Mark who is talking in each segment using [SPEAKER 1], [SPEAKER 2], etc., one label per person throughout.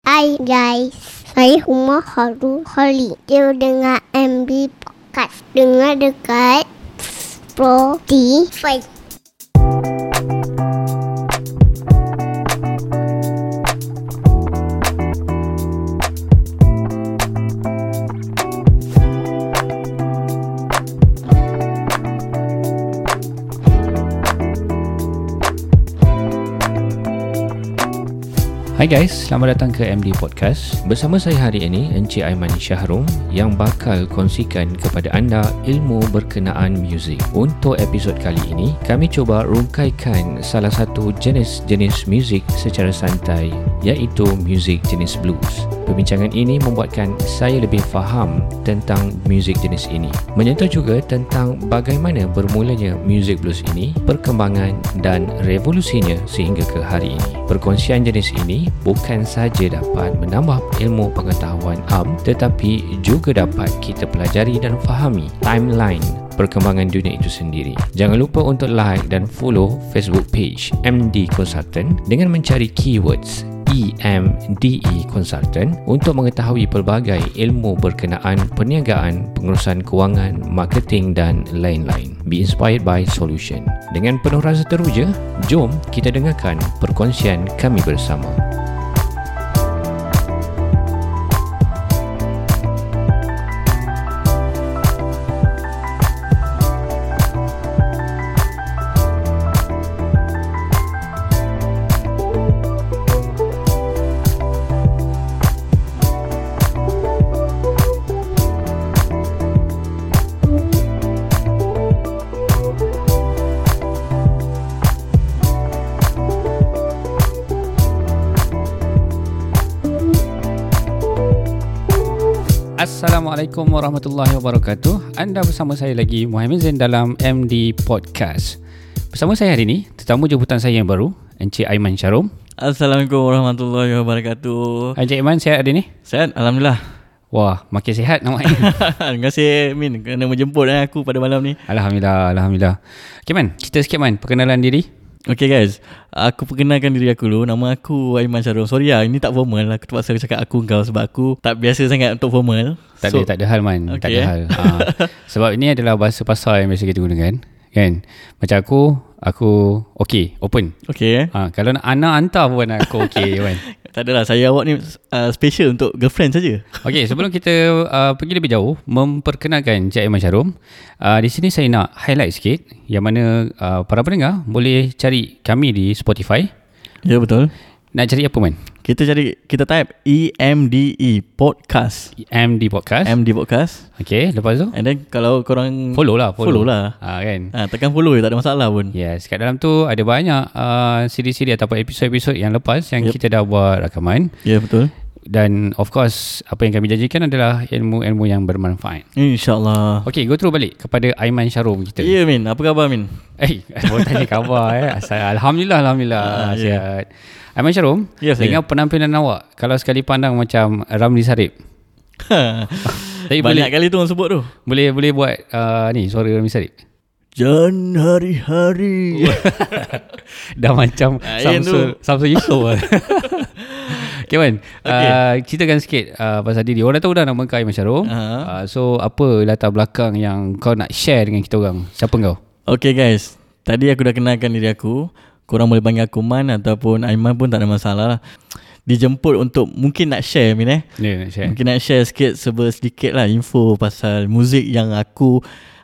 [SPEAKER 1] Hai guys, saya Huma Haru Holly. Dia dengar MB Podcast. Dengar dekat Spotify.
[SPEAKER 2] Hai guys, selamat datang ke MD Podcast. Bersama saya hari ini Encik Aiman Syahrum yang bakal kongsikan kepada anda ilmu berkenaan muzik. Untuk episod kali ini, kami cuba rungkaikan salah satu jenis-jenis muzik secara santai iaitu muzik jenis blues. Perbincangan ini membuatkan saya lebih faham tentang muzik jenis ini. Menyentuh juga tentang bagaimana bermulanya muzik blues ini, perkembangan dan revolusinya sehingga ke hari ini. Perkongsian jenis ini bukan saja dapat menambah ilmu pengetahuan am tetapi juga dapat kita pelajari dan fahami timeline perkembangan dunia itu sendiri. Jangan lupa untuk like dan follow Facebook page MD Consultant dengan mencari keywords E EMDE Consultant untuk mengetahui pelbagai ilmu berkenaan perniagaan, pengurusan kewangan, marketing dan lain-lain. Be inspired by solution. Dengan penuh rasa teruja, jom kita dengarkan perkongsian kami bersama. Assalamualaikum warahmatullahi wabarakatuh. Anda bersama saya lagi Muhammad Zain dalam MD Podcast. Bersama saya hari ini tetamu jemputan saya yang baru, Encik Aiman Syarom.
[SPEAKER 3] Assalamualaikum warahmatullahi wabarakatuh.
[SPEAKER 2] Encik Aiman sihat hari ini?
[SPEAKER 3] Sehat alhamdulillah.
[SPEAKER 2] Wah, makin sihat namanya.
[SPEAKER 3] Terima kasih Min kerana menjemput eh, aku pada malam ni.
[SPEAKER 2] alhamdulillah, alhamdulillah. Okay Man, cerita sikit Man, perkenalan diri.
[SPEAKER 3] Okay guys, aku perkenalkan diri aku dulu. Nama aku Aiman Syarum. Sorry lah, ini tak formal. Aku terpaksa cakap aku kau sebab aku tak biasa sangat untuk formal.
[SPEAKER 2] Tak so, ada, tak ada hal Man, okay, tak ada
[SPEAKER 3] eh.
[SPEAKER 2] hal. Ha. Sebab ini adalah bahasa pasar yang biasa kita gunakan. Kan? Macam aku, aku okay, open.
[SPEAKER 3] Okay eh.
[SPEAKER 2] Ha, kalau nak anak hantar pun aku okay Man.
[SPEAKER 3] Tak adalah, saya awak ni uh, special untuk girlfriend saja.
[SPEAKER 2] Okey, sebelum kita uh, pergi lebih jauh memperkenalkan Encik Aiman Syarum, uh, di sini saya nak highlight sikit yang mana uh, para pendengar boleh cari kami di Spotify.
[SPEAKER 3] Ya betul.
[SPEAKER 2] Nak cari apa man?
[SPEAKER 3] Kita cari, kita type E EMDE Podcast.
[SPEAKER 2] MD Podcast.
[SPEAKER 3] MD Podcast.
[SPEAKER 2] Okey, lepas tu
[SPEAKER 3] And then kalau korang
[SPEAKER 2] follow Ya. lah, follow,
[SPEAKER 3] follow lah.
[SPEAKER 2] Ha, kan.
[SPEAKER 3] Ha, tekan follow je, tak ada masalah pun.
[SPEAKER 2] Yes, kat dalam tu ada banyak uh, siri-siri ataupun episod-episod yang lepas yang yep. kita dah buat rakaman
[SPEAKER 3] Ya yeah, betul.
[SPEAKER 2] dan of course apa yang kami janjikan adalah ilmu-ilmu yang bermanfaat.
[SPEAKER 3] InsyaAllah
[SPEAKER 2] Okey, go through balik kepada Aiman Syarum kita.
[SPEAKER 3] Ya Min, apa khabar Min?
[SPEAKER 2] Eh, baru tanya khabar eh. Asal, Alhamdulillah, Alhamdulillah. Ah, sihat. Aiman Syarum,
[SPEAKER 3] Ya, saya.
[SPEAKER 2] dengan penampilan awak, kalau sekali pandang macam Ramli Sarip,
[SPEAKER 3] Tapi
[SPEAKER 2] Tapi
[SPEAKER 3] Banyak kali tu orang sebut tu
[SPEAKER 2] boleh boleh buat uh, ni suara Ramli Sarip?
[SPEAKER 3] Jan hari-hari
[SPEAKER 2] Dah macam
[SPEAKER 3] Ah, yang
[SPEAKER 2] Samsul, Samsul Yusof lah. Okay, Man. Okay. Uh, ceritakan sikit uh, pasal diri. Orang tahu dah nama kau Aiman Syarum.
[SPEAKER 3] Ah.
[SPEAKER 2] Uh, so, apa latar belakang yang kau nak share dengan kita orang? Siapa kau?
[SPEAKER 3] Okay guys Tadi aku dah kenalkan diri aku Korang boleh panggil aku Man Ataupun Aiman pun tak ada masalah lah Dijemput untuk mungkin nak share Min eh
[SPEAKER 2] Ya, yeah, nak share.
[SPEAKER 3] Mungkin nak share sikit serba sedikit lah info pasal muzik yang aku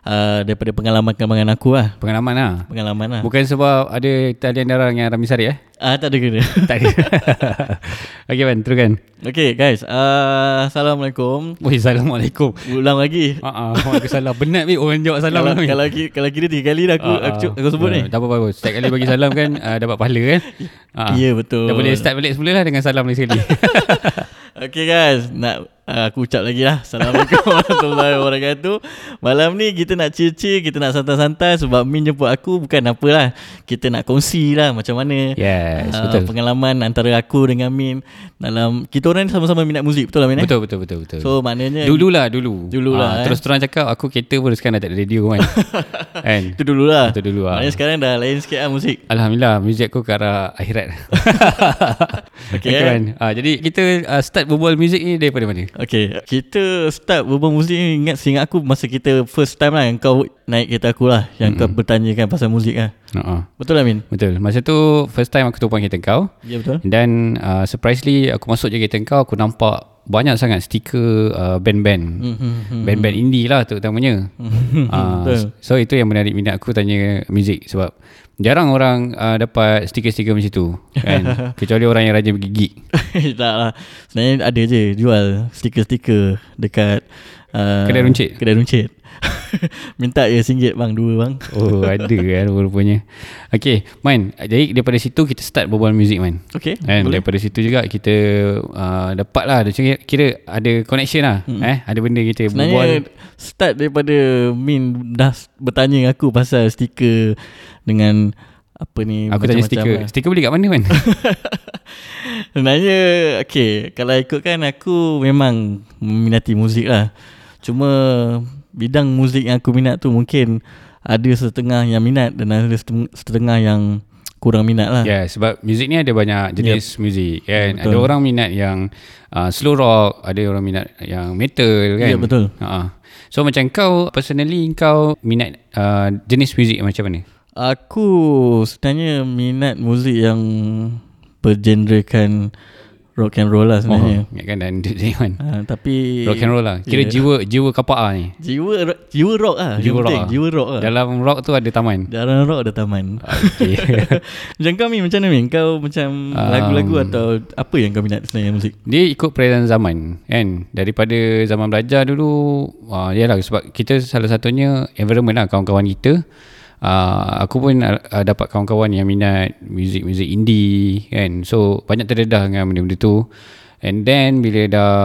[SPEAKER 3] uh, daripada pengalaman-pengalaman aku lah.
[SPEAKER 2] Pengalaman lah.
[SPEAKER 3] Pengalaman lah.
[SPEAKER 2] Bukan sebab ada talian darah dengan Ramli Sarip eh?
[SPEAKER 3] Ah tak ada kena.
[SPEAKER 2] Tak ada. okay, Man. Teruskan.
[SPEAKER 3] okay guys, uh, Assalamualaikum.
[SPEAKER 2] Wih, Assalamualaikum.
[SPEAKER 3] Ulang lagi.
[SPEAKER 2] Ah, ah, aku salah. Benat weh orang jawab salam
[SPEAKER 3] kalau,
[SPEAKER 2] ni.
[SPEAKER 3] kalau, ki- kalau kira tiga kali dah aku,
[SPEAKER 2] Ah, ah.
[SPEAKER 3] aku, aku sebut ni.
[SPEAKER 2] Ah, Tak apa-apa. Setiap kali bagi salam kan ah, dapat pahala kan. Ah,
[SPEAKER 3] Ya, betul.
[SPEAKER 2] Dah boleh start balik semula lah dengan salam ni sekali.
[SPEAKER 3] Okay guys, nak Ah, aku ucap lagi lah Assalamualaikum warahmatullahi wabarakatuh Malam ni kita nak chill-chill Kita nak santai-santai Sebab Min jemput aku Bukan apalah Kita nak kongsi lah Macam mana
[SPEAKER 2] Yes,
[SPEAKER 3] ah,
[SPEAKER 2] betul.
[SPEAKER 3] Pengalaman antara aku dengan Min Dalam Kita orang ni sama-sama minat muzik Betul lah Min eh?
[SPEAKER 2] Betul betul betul betul.
[SPEAKER 3] So maknanya
[SPEAKER 2] Dululah dulu.
[SPEAKER 3] Dululah,
[SPEAKER 2] Ah,
[SPEAKER 3] eh.
[SPEAKER 2] Terus terang cakap aku kereta pun sekarang dah tak ada radio kan. kan?
[SPEAKER 3] Itu dulu lah
[SPEAKER 2] Itu dulu lah.
[SPEAKER 3] Maknanya sekarang dah lain sikit lah muzik
[SPEAKER 2] Alhamdulillah muzik aku ke arah akhirat.
[SPEAKER 3] Okay,
[SPEAKER 2] okay
[SPEAKER 3] eh.
[SPEAKER 2] kan. Ah, jadi kita ah, start berbual muzik ni daripada mana?
[SPEAKER 3] Okay Kita start berbual muzik ni Ingat seingat aku Masa kita first time lah Yang kau naik kereta aku lah Yang mm. kau bertanyakan pasal muzik lah
[SPEAKER 2] Uh-uh.
[SPEAKER 3] Betul lah Min?
[SPEAKER 2] Betul. Masa tu first time aku tumpang kereta kau.
[SPEAKER 3] Ya betul
[SPEAKER 2] Dan uh, surprisingly aku masuk je kereta kau aku nampak banyak sangat stiker uh, band-band.
[SPEAKER 3] Mm-hmm.
[SPEAKER 2] Band-band indie lah terutamanya. uh, so itu yang menarik minat aku tanya muzik sebab jarang orang uh, dapat stiker-stiker macam tu kan. Kecuali orang yang rajin pergi gig.
[SPEAKER 3] Tak lah Sebenarnya ada je Jual stiker-stiker Dekat uh,
[SPEAKER 2] Kedai runcit?
[SPEAKER 3] Kedai runcit Minta ya RM1 bang Dua bang
[SPEAKER 2] Oh ada kan rupanya. Okay Man jadi daripada situ kita start berbual muzik Man.
[SPEAKER 3] Okay
[SPEAKER 2] Kan
[SPEAKER 3] boleh
[SPEAKER 2] daripada situ juga kita uh, dapat lah dia kira, kira ada connection lah hmm. eh ada benda kita berbual
[SPEAKER 3] Sebenarnya Start daripada Min dah bertanya aku Pasal stiker Dengan Apa ni
[SPEAKER 2] Aku tanya
[SPEAKER 3] macam-macam
[SPEAKER 2] stiker
[SPEAKER 3] lah.
[SPEAKER 2] Stiker beli kat mana man?
[SPEAKER 3] Sebenarnya Okay Kalau ikutkan aku Memang Meminati muzik lah Cuma Bidang muzik yang aku minat tu Mungkin Ada setengah yang minat Dan ada seteng- setengah yang Kurang minat lah
[SPEAKER 2] yeah, sebab muzik ni ada banyak jenis yep. muzik kan. Ada
[SPEAKER 3] Betul.
[SPEAKER 2] orang minat yang uh, slow rock, ada orang minat yang metal kan.
[SPEAKER 3] Ya, betul.
[SPEAKER 2] Uh-huh. So macam kau personally kau minat uh, jenis muzik macam mana?
[SPEAKER 3] Aku Sebenarnya Minat muzik yang Bergenrekan Rock and roll lah sebenarnya
[SPEAKER 2] Ingat kan dan DJ man.
[SPEAKER 3] ha, Tapi
[SPEAKER 2] Rock and roll lah. Kira
[SPEAKER 3] Ya.
[SPEAKER 2] jiwa jiwa kapak lah ni.
[SPEAKER 3] Jiwa ro- Jiwa rock lah
[SPEAKER 2] Jiwa
[SPEAKER 3] Yang
[SPEAKER 2] rock
[SPEAKER 3] penting,
[SPEAKER 2] lah.
[SPEAKER 3] Jiwa rock lah
[SPEAKER 2] Dalam rock tu ada taman.
[SPEAKER 3] Dalam rock ada taman
[SPEAKER 2] Okay.
[SPEAKER 3] Macam kau Min Macam mana Min Kau macam
[SPEAKER 2] Ah.
[SPEAKER 3] Lagu-lagu atau Apa yang kau minat sebenarnya muzik
[SPEAKER 2] Dia ikut peredaran zaman kan Daripada zaman belajar dulu uh, Yalah sebab kita salah satunya Environment lah kawan-kawan kita uh, Aku pun uh, dapat kawan-kawan yang minat Muzik-muzik indie kan So banyak terdedah dengan benda-benda tu And then bila dah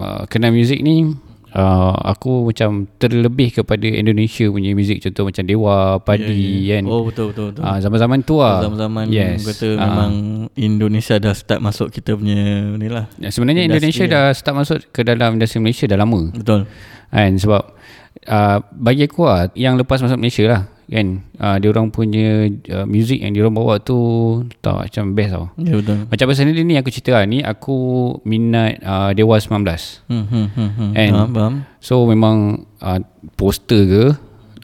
[SPEAKER 2] uh, Kenal muzik ni uh, Aku macam terlebih kepada Indonesia punya muzik Contoh macam Dewa, Padi yeah, yeah. kan
[SPEAKER 3] Oh betul betul betul.
[SPEAKER 2] Ah, zaman-zaman tu lah
[SPEAKER 3] Zaman-zaman
[SPEAKER 2] Yes.
[SPEAKER 3] kata
[SPEAKER 2] Ah.
[SPEAKER 3] memang Indonesia dah start masuk kita punya ni lah.
[SPEAKER 2] Ya, Sebenarnya Indonesia dah start masuk ke dalam industri Malaysia dah lama
[SPEAKER 3] Betul.
[SPEAKER 2] kan sebab uh, bagi aku lah yang lepas masuk Malaysia lah kan uh, dia orang punya uh, music yang dia orang bawa tu tau macam best tau
[SPEAKER 3] Ya betul.
[SPEAKER 2] macam pasal ni ni aku cerita lah ni aku minat uh, Dewa 19
[SPEAKER 3] Hmm hmm hmm. hmm.
[SPEAKER 2] And-
[SPEAKER 3] faham, faham.
[SPEAKER 2] so memang uh, poster ke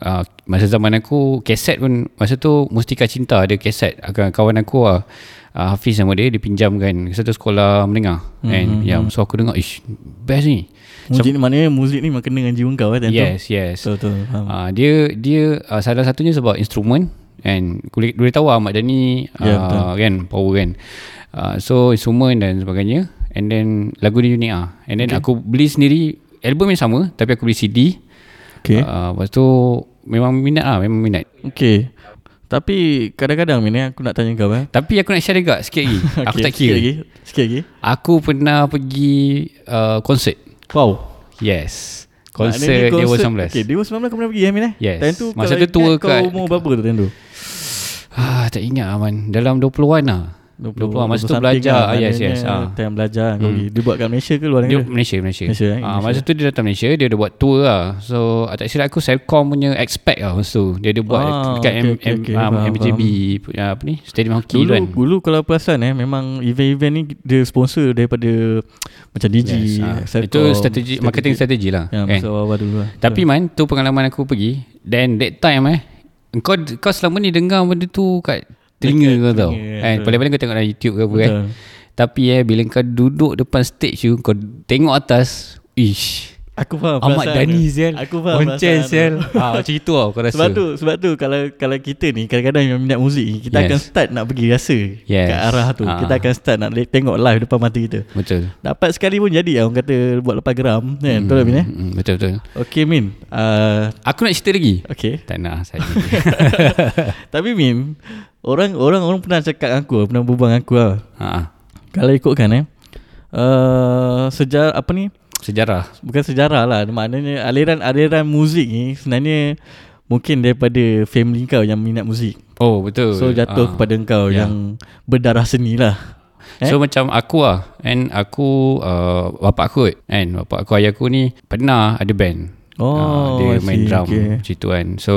[SPEAKER 2] uh, masa zaman aku kaset pun masa tu Mustika Cinta ada kaset akan kawan aku lah uh, Hafiz nama dia dia pinjamkan ke satu sekolah menengah mm-hmm. and yeah, so aku dengar ish best ni
[SPEAKER 3] Muzik ni maknanya muzik ni memang kena dengan jiwa kau eh time tu.
[SPEAKER 2] yes yes
[SPEAKER 3] Betul betul. Faham.
[SPEAKER 2] Uh, dia dia uh, salah satunya sebab instrumen and boleh boleh tahu Ahmad Dhani
[SPEAKER 3] Ya,
[SPEAKER 2] uh, kan power kan. Uh, so instrumen dan sebagainya and then lagu dia unik ah. And then okay. aku beli sendiri album yang sama tapi aku beli CD.
[SPEAKER 3] Okay. Uh,
[SPEAKER 2] Uh, lepas tu memang minat ah, memang minat.
[SPEAKER 3] okay. Tapi kadang-kadang Min eh, aku nak tanya kau eh.
[SPEAKER 2] Tapi aku nak share dekat sikit lagi. okay, aku tak
[SPEAKER 3] Sikit
[SPEAKER 2] kira.
[SPEAKER 3] lagi. Sikit lagi.
[SPEAKER 2] Aku pernah pergi uh, konsert.
[SPEAKER 3] Wow.
[SPEAKER 2] Yes.
[SPEAKER 3] Maknanya
[SPEAKER 2] Konsert
[SPEAKER 3] dia
[SPEAKER 2] Dewa 19.
[SPEAKER 3] Okay, Dewa 19 kau pernah pergi eh Min eh?
[SPEAKER 2] Yes.
[SPEAKER 3] Time tu
[SPEAKER 2] Masa
[SPEAKER 3] kalau
[SPEAKER 2] tu tua
[SPEAKER 3] ingat
[SPEAKER 2] kat-
[SPEAKER 3] Kau umur berapa tu time tu?
[SPEAKER 2] Ah, tak ingat Aman. Dalam 20-an lah. 20-an. Masa
[SPEAKER 3] 20
[SPEAKER 2] tu
[SPEAKER 3] something
[SPEAKER 2] belajar.
[SPEAKER 3] lah,
[SPEAKER 2] ah, yes,
[SPEAKER 3] maknanya
[SPEAKER 2] yes. Ah.
[SPEAKER 3] Time belajar kau pergi. Dia buat kat Malaysia ke luar
[SPEAKER 2] Dia
[SPEAKER 3] negara?
[SPEAKER 2] Malaysia Malaysia.
[SPEAKER 3] Malaysia, eh?
[SPEAKER 2] Ah, masa tu dia datang Malaysia, dia ada buat tour lah. So ah, tak silap aku Selcom punya expect lah masa tu. Dia ada buat
[SPEAKER 3] Ah,
[SPEAKER 2] dekat
[SPEAKER 3] okay,
[SPEAKER 2] M,
[SPEAKER 3] okay,
[SPEAKER 2] M,
[SPEAKER 3] okay.
[SPEAKER 2] ah,
[SPEAKER 3] Faham,
[SPEAKER 2] MJB ah, apa ni? Stadium hockey
[SPEAKER 3] Dulu,
[SPEAKER 2] tu kan.
[SPEAKER 3] dulu kalau perasan eh Memang event-event ni Dia sponsor daripada Macam DG
[SPEAKER 2] Yes, ah.
[SPEAKER 3] ya, Celcom,
[SPEAKER 2] Itu strategi marketing strategi lah.
[SPEAKER 3] Ya
[SPEAKER 2] kan?
[SPEAKER 3] masa awal-awal dulu lah
[SPEAKER 2] Tapi man, tu pengalaman aku pergi. Then that time eh, kau kau selama ni dengar benda tu kat telinga
[SPEAKER 3] Dekat
[SPEAKER 2] kau tau.
[SPEAKER 3] telinga,
[SPEAKER 2] Kan?
[SPEAKER 3] betul.
[SPEAKER 2] Paling-paling kau tengok dalam YouTube ke apa kan.
[SPEAKER 3] Betul.
[SPEAKER 2] Tapi eh bila kau duduk depan stage tu kau tengok atas, ish.
[SPEAKER 3] Aku faham
[SPEAKER 2] Ahmad
[SPEAKER 3] perasaan
[SPEAKER 2] Dhani
[SPEAKER 3] tu.
[SPEAKER 2] sial.
[SPEAKER 3] Aku faham
[SPEAKER 2] Oncen
[SPEAKER 3] perasaan
[SPEAKER 2] sial.
[SPEAKER 3] tu.
[SPEAKER 2] Ah macam itu tau kau rasa.
[SPEAKER 3] Sebab tu Sebab tu Kalau kalau kita ni Kadang-kadang yang minat muzik ni, Kita
[SPEAKER 2] Yes.
[SPEAKER 3] akan start nak pergi rasa
[SPEAKER 2] Yes.
[SPEAKER 3] Kat arah tu
[SPEAKER 2] Ah.
[SPEAKER 3] Kita akan start nak le- Tengok live depan mata kita
[SPEAKER 2] Betul.
[SPEAKER 3] Dapat sekali pun jadi lah Orang kata Buat lepas geram kan? Betul tak Min eh
[SPEAKER 2] Mm, betul betul.
[SPEAKER 3] Okay Min uh,
[SPEAKER 2] Aku nak cerita lagi.
[SPEAKER 3] Okay
[SPEAKER 2] Tak nak saya.
[SPEAKER 3] Tapi Min Orang orang orang pernah cakap dengan aku Pernah berbual dengan aku lah
[SPEAKER 2] ha.
[SPEAKER 3] Kalau ikutkan eh uh, Sejarah apa ni
[SPEAKER 2] Sejarah.
[SPEAKER 3] bukan sejarah lah maknanya aliran-aliran muzik ni sebenarnya mungkin daripada family kau yang minat muzik
[SPEAKER 2] Oh, betul.
[SPEAKER 3] so jatuh
[SPEAKER 2] Ah.
[SPEAKER 3] kepada kau
[SPEAKER 2] Ya.
[SPEAKER 3] yang berdarah seni lah Eh?
[SPEAKER 2] So macam aku lah And aku uh, Bapak aku kot, kan Bapak aku ayah aku ni Pernah ada band Ah,
[SPEAKER 3] oh
[SPEAKER 2] Dia
[SPEAKER 3] I
[SPEAKER 2] main
[SPEAKER 3] see,
[SPEAKER 2] drum okay. Macam tu kan So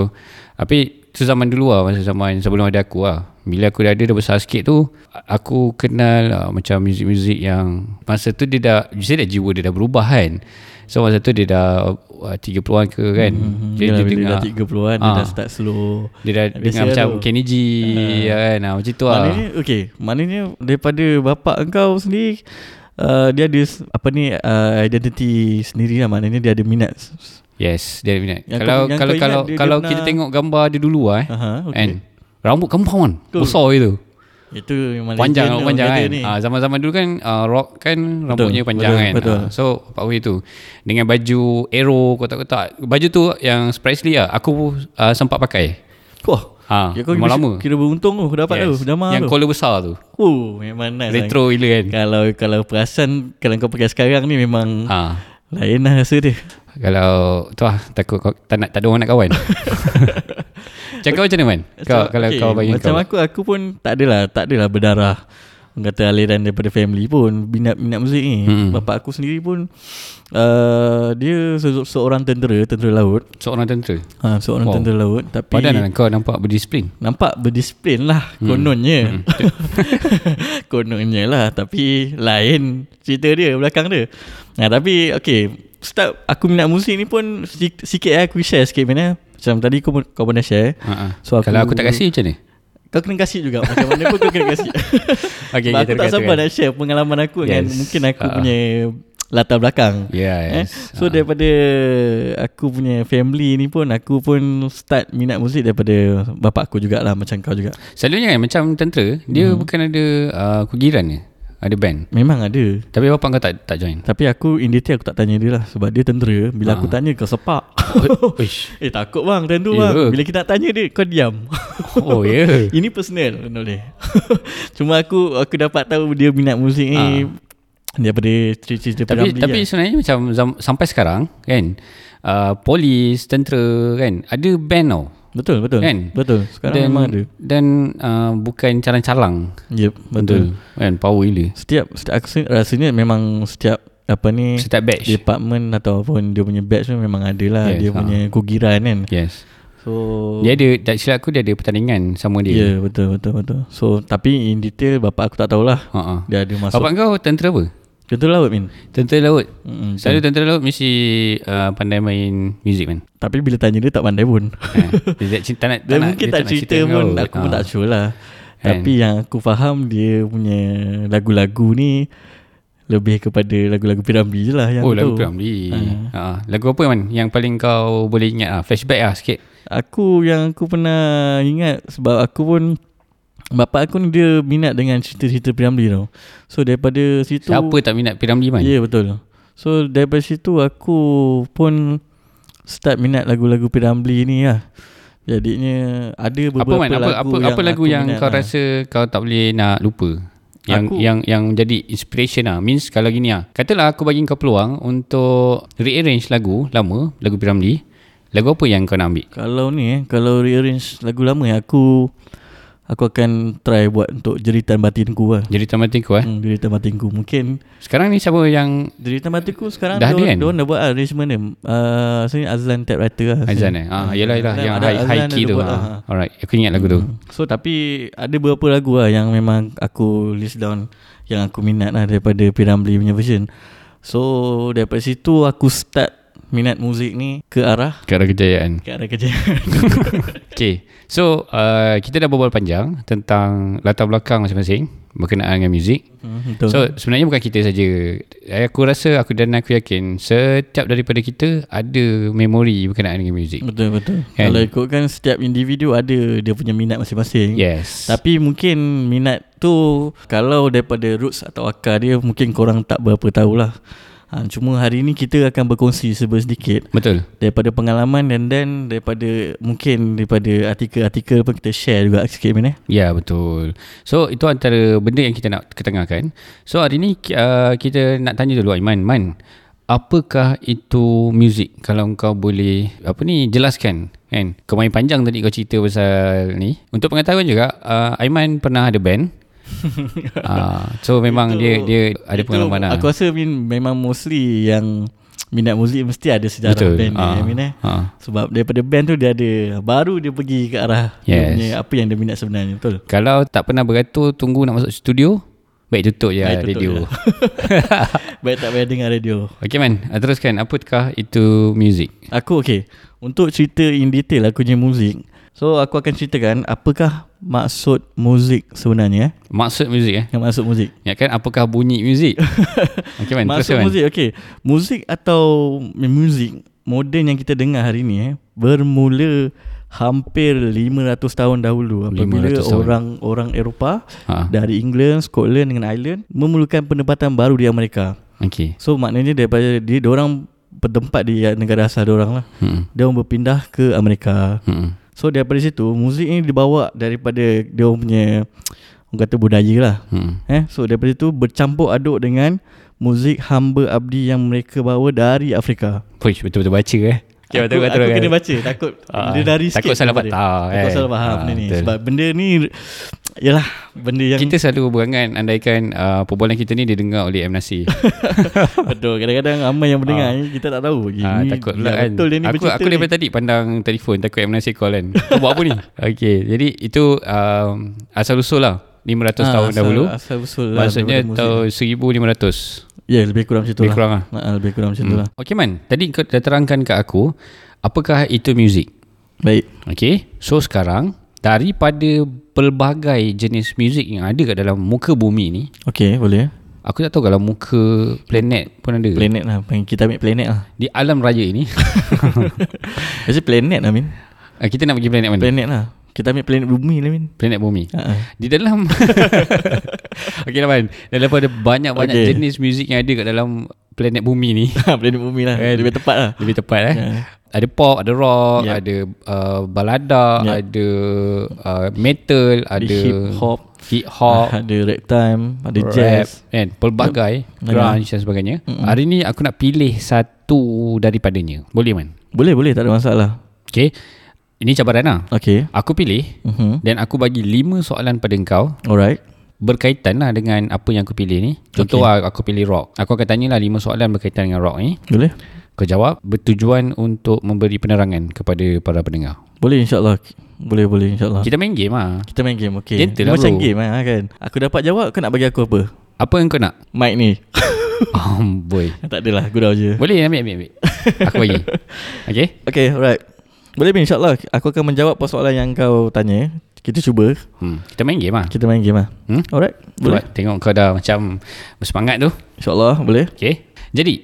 [SPEAKER 2] Tapi Itu zaman dulu lah Masa zaman sebelum ada aku lah Bila aku dah ada Dah besar sikit tu Aku kenal uh, Macam muzik-muzik yang Masa tu dia dah Saya dah jiwa dia dah berubah kan So masa tu dia dah uh, 30-an ke kan mm-hmm.
[SPEAKER 3] Jadi dia, hmm, bila dah 30-an Dia
[SPEAKER 2] Ah.
[SPEAKER 3] dah start slow
[SPEAKER 2] Dia dah
[SPEAKER 3] Biasa
[SPEAKER 2] dengar macam
[SPEAKER 3] tu.
[SPEAKER 2] Kenny G uh, kan, ah, Macam tu lah
[SPEAKER 3] Maknanya okay, maknanya daripada bapak engkau sendiri uh, dia ada s- apa ni uh, identity sendiri lah maknanya dia ada minat.
[SPEAKER 2] Yes Dia ada minat
[SPEAKER 3] Yang
[SPEAKER 2] Kalau
[SPEAKER 3] kau- yang
[SPEAKER 2] kalau
[SPEAKER 3] kau ingat
[SPEAKER 2] kalau
[SPEAKER 3] dia- dia
[SPEAKER 2] kalau
[SPEAKER 3] pernah-
[SPEAKER 2] kita tengok gambar dia dulu lah eh,
[SPEAKER 3] Aha,
[SPEAKER 2] kan
[SPEAKER 3] okay.
[SPEAKER 2] Rambut kembang kan
[SPEAKER 3] Betul.
[SPEAKER 2] Besar gitu
[SPEAKER 3] Itu memang
[SPEAKER 2] panjang
[SPEAKER 3] legend
[SPEAKER 2] rambut
[SPEAKER 3] lah
[SPEAKER 2] panjang
[SPEAKER 3] benda
[SPEAKER 2] kan.
[SPEAKER 3] ni.
[SPEAKER 2] Ah zaman-zaman dulu kan uh, rock kan rambutnya panjang
[SPEAKER 3] betul,
[SPEAKER 2] kan.
[SPEAKER 3] betul.
[SPEAKER 2] Ah, so Pak Wei tu dengan baju arrow kotak-kotak. Baju tu yang Presley lah aku uh, sempat pakai.
[SPEAKER 3] Wah.
[SPEAKER 2] Ah
[SPEAKER 3] Ya,
[SPEAKER 2] ha,
[SPEAKER 3] kau
[SPEAKER 2] lama
[SPEAKER 3] kira,
[SPEAKER 2] lama.
[SPEAKER 3] kira beruntung tu dapat yes.
[SPEAKER 2] Yes.
[SPEAKER 3] tu, dah mahal
[SPEAKER 2] Yang
[SPEAKER 3] tu.
[SPEAKER 2] collar besar tu.
[SPEAKER 3] Oh, memang nice. lah.
[SPEAKER 2] Retro gila kan.
[SPEAKER 3] Kalau kalau perasan kalau kau pakai sekarang ni memang
[SPEAKER 2] Ha.
[SPEAKER 3] lain lah rasa dia.
[SPEAKER 2] Kalau tu lah takut kau, tak nak tak ada orang nak kawan. Cakap macam mana man? Kau
[SPEAKER 3] So,
[SPEAKER 2] kalau kau bagi
[SPEAKER 3] Macam
[SPEAKER 2] kau.
[SPEAKER 3] aku aku pun tak adalah tak adalah berdarah orang kata aliran daripada family pun minat-minat muzik ni.
[SPEAKER 2] Hmm.
[SPEAKER 3] Hmm. Bapa aku sendiri pun uh, dia se- seorang tentera, tentera laut.
[SPEAKER 2] Seorang tentera.
[SPEAKER 3] Ha, seorang
[SPEAKER 2] Wow.
[SPEAKER 3] wow. tentera laut tapi
[SPEAKER 2] Padan lah Mm. kau nampak berdisiplin.
[SPEAKER 3] nampak berdisiplin lah kononnya. kononnya lah tapi lain cerita dia belakang dia. Nah tapi okay start aku minat muzik ni pun si- sikit eh, aku share sikit mana. Macam tadi kau, pun- kau pernah share.
[SPEAKER 2] Ha.
[SPEAKER 3] So,
[SPEAKER 2] So,
[SPEAKER 3] aku-
[SPEAKER 2] kalau aku tak kasih macam ni?
[SPEAKER 3] Kau kena kasih juga Macam mana pun kau kena kasih
[SPEAKER 2] Okay,
[SPEAKER 3] okay, Aku
[SPEAKER 2] okay, teruskan,
[SPEAKER 3] tak sabar
[SPEAKER 2] teruskan.
[SPEAKER 3] nak share Pengalaman aku yes. dengan
[SPEAKER 2] Yes.
[SPEAKER 3] Mungkin aku
[SPEAKER 2] Ah.
[SPEAKER 3] punya Latar belakang Eh?
[SPEAKER 2] Yes. Ah.
[SPEAKER 3] So daripada Aku punya family ni pun Aku pun start minat muzik Daripada bapak aku jugalah Macam kau juga
[SPEAKER 2] Selalunya kan macam tentera
[SPEAKER 3] Mhm.
[SPEAKER 2] Dia hmm. bukan ada uh, kugiran ni Ada band
[SPEAKER 3] Memang ada
[SPEAKER 2] Tapi bapak kau tak tak join
[SPEAKER 3] Tapi aku in detail aku tak tanya dia lah Sebab dia tentera Bila
[SPEAKER 2] Ah.
[SPEAKER 3] aku tanya kau sepak
[SPEAKER 2] Uish.
[SPEAKER 3] Eh takut bang Tentu
[SPEAKER 2] Ya.
[SPEAKER 3] bang Bila kita nak tanya dia Kau diam
[SPEAKER 2] Oh ya
[SPEAKER 3] Ini personal boleh. Cuma aku aku dapat tahu dia minat muzik ni daripada cerita-cerita
[SPEAKER 2] Ah. Tapi
[SPEAKER 3] Ramli
[SPEAKER 2] tapi
[SPEAKER 3] kan.
[SPEAKER 2] sebenarnya macam zam, sampai sekarang kan uh, Polis, tentera kan Ada band tau
[SPEAKER 3] betul betul.
[SPEAKER 2] Kan?
[SPEAKER 3] Betul. Sekarang
[SPEAKER 2] Dan,
[SPEAKER 3] memang ada.
[SPEAKER 2] dan uh, bukan calang-calang
[SPEAKER 3] Yep, betul. Eh.
[SPEAKER 2] Kan power gila
[SPEAKER 3] Setiap, setiap aku rasa- rasanya memang setiap apa ni
[SPEAKER 2] Setiap batch
[SPEAKER 3] department ataupun dia punya batch pun memang ada lah
[SPEAKER 2] Yes,
[SPEAKER 3] dia
[SPEAKER 2] ha.
[SPEAKER 3] punya kugiran kan.
[SPEAKER 2] Yes
[SPEAKER 3] So
[SPEAKER 2] Dia ada tak silap aku dia ada pertandingan
[SPEAKER 3] Oh.
[SPEAKER 2] sama
[SPEAKER 3] ya
[SPEAKER 2] dia
[SPEAKER 3] yeah, betul betul betul. So tapi in detail bapak aku tak tahulah.
[SPEAKER 2] Ha ah.
[SPEAKER 3] Dia ada masuk.
[SPEAKER 2] Bapak kau tentera apa?
[SPEAKER 3] Contoh laut min.
[SPEAKER 2] Tentera laut
[SPEAKER 3] Mm-mm.
[SPEAKER 2] Selalu tentera laut mesti uh, pandai main muzik kan
[SPEAKER 3] Tapi bila tanya dia tak pandai pun.
[SPEAKER 2] Eh, dia tak cinta nak, Ha. Ah.
[SPEAKER 3] Dia mungkin tak cerita pun Aku pun tak sure lah
[SPEAKER 2] Kan?
[SPEAKER 3] Tapi yang aku faham Dia punya lagu-lagu ni Lebih kepada lagu-lagu Piramli je lah yang Eh. aku
[SPEAKER 2] Oh lagu
[SPEAKER 3] tahu.
[SPEAKER 2] Piramli ha. ha. Lagu apa man Yang paling kau boleh ingat ah Flashback lah sikit
[SPEAKER 3] Aku yang aku pernah ingat Sebab aku pun Bapak aku ni dia minat dengan cerita-cerita Piramli tau So daripada situ
[SPEAKER 2] Siapa tak minat Piramli man
[SPEAKER 3] Ya yeah, betul So daripada situ aku pun Start minat lagu-lagu Piramli ni lah Jadinya ada
[SPEAKER 2] Apa
[SPEAKER 3] beberapa
[SPEAKER 2] man apa,
[SPEAKER 3] lagu
[SPEAKER 2] apa,
[SPEAKER 3] yang
[SPEAKER 2] apa lagu
[SPEAKER 3] aku
[SPEAKER 2] yang
[SPEAKER 3] minat
[SPEAKER 2] kau
[SPEAKER 3] lah.
[SPEAKER 2] rasa Kau tak boleh nak lupa yang
[SPEAKER 3] Aku-
[SPEAKER 2] yang yang jadi inspiration lah Means kalau gini lah Katalah aku bagi kau peluang Untuk rearrange lagu Lama Lagu Piramli Lagu apa yang kau nak ambil
[SPEAKER 3] Kalau ni eh Kalau rearrange lagu lama eh, Aku Aku akan try buat Untuk jeritan batinku lah
[SPEAKER 2] Jadi tamatin kau eh
[SPEAKER 3] hmm, Jeritan batinku Mungkin
[SPEAKER 2] Sekarang ni siapa yang
[SPEAKER 3] Jeritan batinku sekarang
[SPEAKER 2] Dah ada
[SPEAKER 3] diorang-
[SPEAKER 2] kan?
[SPEAKER 3] diorang dah buat lah arrangement dia uh, Sebenarnya Azlan Tap Writer lah
[SPEAKER 2] Azan eh ah, Yelah yelah
[SPEAKER 3] Azlan-
[SPEAKER 2] Yang
[SPEAKER 3] ada-
[SPEAKER 2] high,
[SPEAKER 3] Azlan ada
[SPEAKER 2] high
[SPEAKER 3] lah. Hmm.
[SPEAKER 2] key tu
[SPEAKER 3] buat,
[SPEAKER 2] ah. Alright Aku ingat lagu tu
[SPEAKER 3] So tapi Ada beberapa lagu lah Yang memang aku list down Yang aku minat lah Daripada Piramli punya version So daripada situ Aku start Minat muzik ni Ke arah
[SPEAKER 2] Ke arah kejayaan
[SPEAKER 3] Ke arah kerja
[SPEAKER 2] Okay, so uh, kita dah berbual panjang tentang latar belakang masing-masing berkenaan dengan muzik.
[SPEAKER 3] hmm, Betul
[SPEAKER 2] So sebenarnya bukan kita saja. Eh, Aku rasa aku dan aku yakin setiap daripada kita ada memori berkenaan dengan muzik.
[SPEAKER 3] Betul betul.
[SPEAKER 2] Kan?
[SPEAKER 3] Kan? Kalau ikutkan setiap individu ada dia punya minat masing-masing.
[SPEAKER 2] Yes.
[SPEAKER 3] Hmm. Tapi mungkin minat tu kalau daripada roots atau akar dia mungkin korang tak berapa tahulah. Ha, cuma hari ni kita akan berkongsi sedikit
[SPEAKER 2] Betul.
[SPEAKER 3] daripada pengalaman dan dan daripada mungkin daripada artikel-artikel pun kita share juga sikit eh. mana.
[SPEAKER 2] Ya betul. So itu antara benda yang kita nak ketengahkan. So hari ni ki- uh, kita nak tanya dulu Aiman. Man, Apakah itu muzik? Kalau kau boleh apa ni jelaskan kan. Kau main panjang tadi kau cerita pasal ni. Untuk pengetahuan juga, uh, Aiman pernah ada band. uh, so memang dia dia ada
[SPEAKER 3] Itu
[SPEAKER 2] pengalaman lah.
[SPEAKER 3] Aku rasa min, memang mostly yang minat muzik mesti ada sejarah Betul. band
[SPEAKER 2] Ah,
[SPEAKER 3] dia, Min, eh.
[SPEAKER 2] ah.
[SPEAKER 3] Sebab daripada band tu dia ada baru dia pergi ke arah yes. dia
[SPEAKER 2] Yes.
[SPEAKER 3] punya apa yang dia minat sebenarnya. Betul.
[SPEAKER 2] Kalau tak pernah beratur Tunggu nak masuk studio Baik tutup je
[SPEAKER 3] Baik,
[SPEAKER 2] Baik,
[SPEAKER 3] tutup
[SPEAKER 2] radio
[SPEAKER 3] je. lah. Baik tak payah dengar radio.
[SPEAKER 2] Okay man ah, Teruskan Apakah itu music
[SPEAKER 3] Aku okay Untuk cerita in detail aku punya muzik So aku akan ceritakan Apakah maksud muzik sebenarnya eh?
[SPEAKER 2] Maksud music eh
[SPEAKER 3] Yang maksud muzik
[SPEAKER 2] Ingatkan apakah bunyi muzik Okay man
[SPEAKER 3] Maksud
[SPEAKER 2] Teruskan man
[SPEAKER 3] muzik okay Muzik atau muzik Moden yang kita dengar hari ni eh, Bermula hampir 500 tahun dahulu apabila
[SPEAKER 2] 500 tahun.
[SPEAKER 3] orang orang Eropah
[SPEAKER 2] ha.
[SPEAKER 3] dari England, Scotland dengan Ireland memerlukan pendapatan baru di Amerika.
[SPEAKER 2] Okay
[SPEAKER 3] So maknanya daripada dia orang bertempat di negara asal orang lah.
[SPEAKER 2] hmm.
[SPEAKER 3] Dia orang berpindah ke Amerika.
[SPEAKER 2] Hmm.
[SPEAKER 3] So daripada situ muzik ni dibawa daripada dia orang punya orang kata budaya lah.
[SPEAKER 2] Hmm.
[SPEAKER 3] Eh so daripada situ bercampur aduk dengan muzik hamba abdi yang mereka bawa dari Afrika.
[SPEAKER 2] Push betul-betul baca eh
[SPEAKER 3] aku,
[SPEAKER 2] okay,
[SPEAKER 3] aku kena baca takut
[SPEAKER 2] Ah,
[SPEAKER 3] dia dari
[SPEAKER 2] takut
[SPEAKER 3] sikit
[SPEAKER 2] salah
[SPEAKER 3] daripada-
[SPEAKER 2] patah,
[SPEAKER 3] Takut
[SPEAKER 2] kan?
[SPEAKER 3] salah faham
[SPEAKER 2] Ah,
[SPEAKER 3] benda ni
[SPEAKER 2] betul.
[SPEAKER 3] sebab benda ni yalah benda yang
[SPEAKER 2] Kita selalu berangan Andaikan uh, Perbualan kita ni Didengar oleh M. Nasir
[SPEAKER 3] betul kadang-kadang ramai yang mendengar ni kita tak tahu lagi.
[SPEAKER 2] Ah,
[SPEAKER 3] Ni
[SPEAKER 2] takut pula
[SPEAKER 3] yang
[SPEAKER 2] kan.
[SPEAKER 3] Betul dia ni
[SPEAKER 2] aku
[SPEAKER 3] bercerita
[SPEAKER 2] aku
[SPEAKER 3] ni.
[SPEAKER 2] daripada tadi pandang telefon takut yang nasib call kan. Kau buat apa ni? Okey, jadi itu um, asal usul lah 500
[SPEAKER 3] Ah,
[SPEAKER 2] tahun
[SPEAKER 3] asal-
[SPEAKER 2] dahulu.
[SPEAKER 3] asal usul lah
[SPEAKER 2] Maksudnya
[SPEAKER 3] daripada muzik.
[SPEAKER 2] tahun 1500.
[SPEAKER 3] Ya lebih kurang macam tu
[SPEAKER 2] Lebih
[SPEAKER 3] lah
[SPEAKER 2] kurang lah.
[SPEAKER 3] Ah, Lebih kurang macam tu lah
[SPEAKER 2] Okey man, tadi kau dah terangkan kat aku apakah itu muzik.
[SPEAKER 3] Baik
[SPEAKER 2] Okey, so sekarang daripada pelbagai jenis muzik yang ada kat dalam muka bumi ni,
[SPEAKER 3] Okay boleh
[SPEAKER 2] aku tak tahu kalau muka planet pun ada.
[SPEAKER 3] Planet lah Panggil- Kita ambil planet lah
[SPEAKER 2] Di alam raya ini,
[SPEAKER 3] Actually planet lah Min
[SPEAKER 2] ah, kita nak pergi planet mana?
[SPEAKER 3] Planet lah Kita ambil planet bumi lah Min
[SPEAKER 2] Planet bumi.
[SPEAKER 3] uh
[SPEAKER 2] Di dalam Okey lah Man Dalam ada banyak-banyak okay.
[SPEAKER 3] Okey.
[SPEAKER 2] jenis muzik yang ada kat dalam planet bumi ni
[SPEAKER 3] Planet bumi lah
[SPEAKER 2] Kan?
[SPEAKER 3] Lebih tepat lah
[SPEAKER 2] Lebih tepat eh
[SPEAKER 3] Ya.
[SPEAKER 2] Ada pop, ada rock,
[SPEAKER 3] Yep.
[SPEAKER 2] ada uh, balada,
[SPEAKER 3] Yep.
[SPEAKER 2] ada uh,
[SPEAKER 3] Ya.
[SPEAKER 2] metal,
[SPEAKER 3] Ada
[SPEAKER 2] ada
[SPEAKER 3] hip hop
[SPEAKER 2] hip hop,
[SPEAKER 3] Ada ragtime Ada
[SPEAKER 2] Oh. rap,
[SPEAKER 3] jazz
[SPEAKER 2] kan pelbagai grunge dan sebagainya. Hari ni aku nak pilih satu daripadanya. Boleh man?
[SPEAKER 3] Boleh boleh tak ada masalah
[SPEAKER 2] Okey. Ini cabaran lah.
[SPEAKER 3] Okay
[SPEAKER 2] Aku pilih
[SPEAKER 3] uh-huh.
[SPEAKER 2] dan aku bagi lima soalan pada kau
[SPEAKER 3] Alright
[SPEAKER 2] berkaitan lah dengan apa yang aku pilih ni. Contoh okay. aku pilih rock. Aku akan tanyalah lima soalan berkaitan dengan rock ni.
[SPEAKER 3] Boleh
[SPEAKER 2] Kau jawab bertujuan untuk memberi penerangan kepada para pendengar.
[SPEAKER 3] Boleh insyaAllah Boleh boleh insyaAllah
[SPEAKER 2] Kita main game lah.
[SPEAKER 3] Kita main game okay Ni
[SPEAKER 2] Gentle lah,
[SPEAKER 3] Macam
[SPEAKER 2] bro.
[SPEAKER 3] game lah kan Aku dapat jawab Kau nak bagi aku apa
[SPEAKER 2] Apa yang kau nak?
[SPEAKER 3] Mic ni
[SPEAKER 2] Amboi.
[SPEAKER 3] Tak adalah Gurau je
[SPEAKER 2] Boleh ambil, ambil, ambil. Aku bagi. Okay?
[SPEAKER 3] Okay alright Boleh Min insyaAllah Aku akan menjawab persoalan yang kau tanya Kita cuba
[SPEAKER 2] Hmm. Kita main game lah.
[SPEAKER 3] Kita main game lah
[SPEAKER 2] Hmm?
[SPEAKER 3] Alright Boleh
[SPEAKER 2] Boleh. Tengok kau dah macam bersemangat tu.
[SPEAKER 3] InsyaAllah boleh
[SPEAKER 2] Okay? Jadi,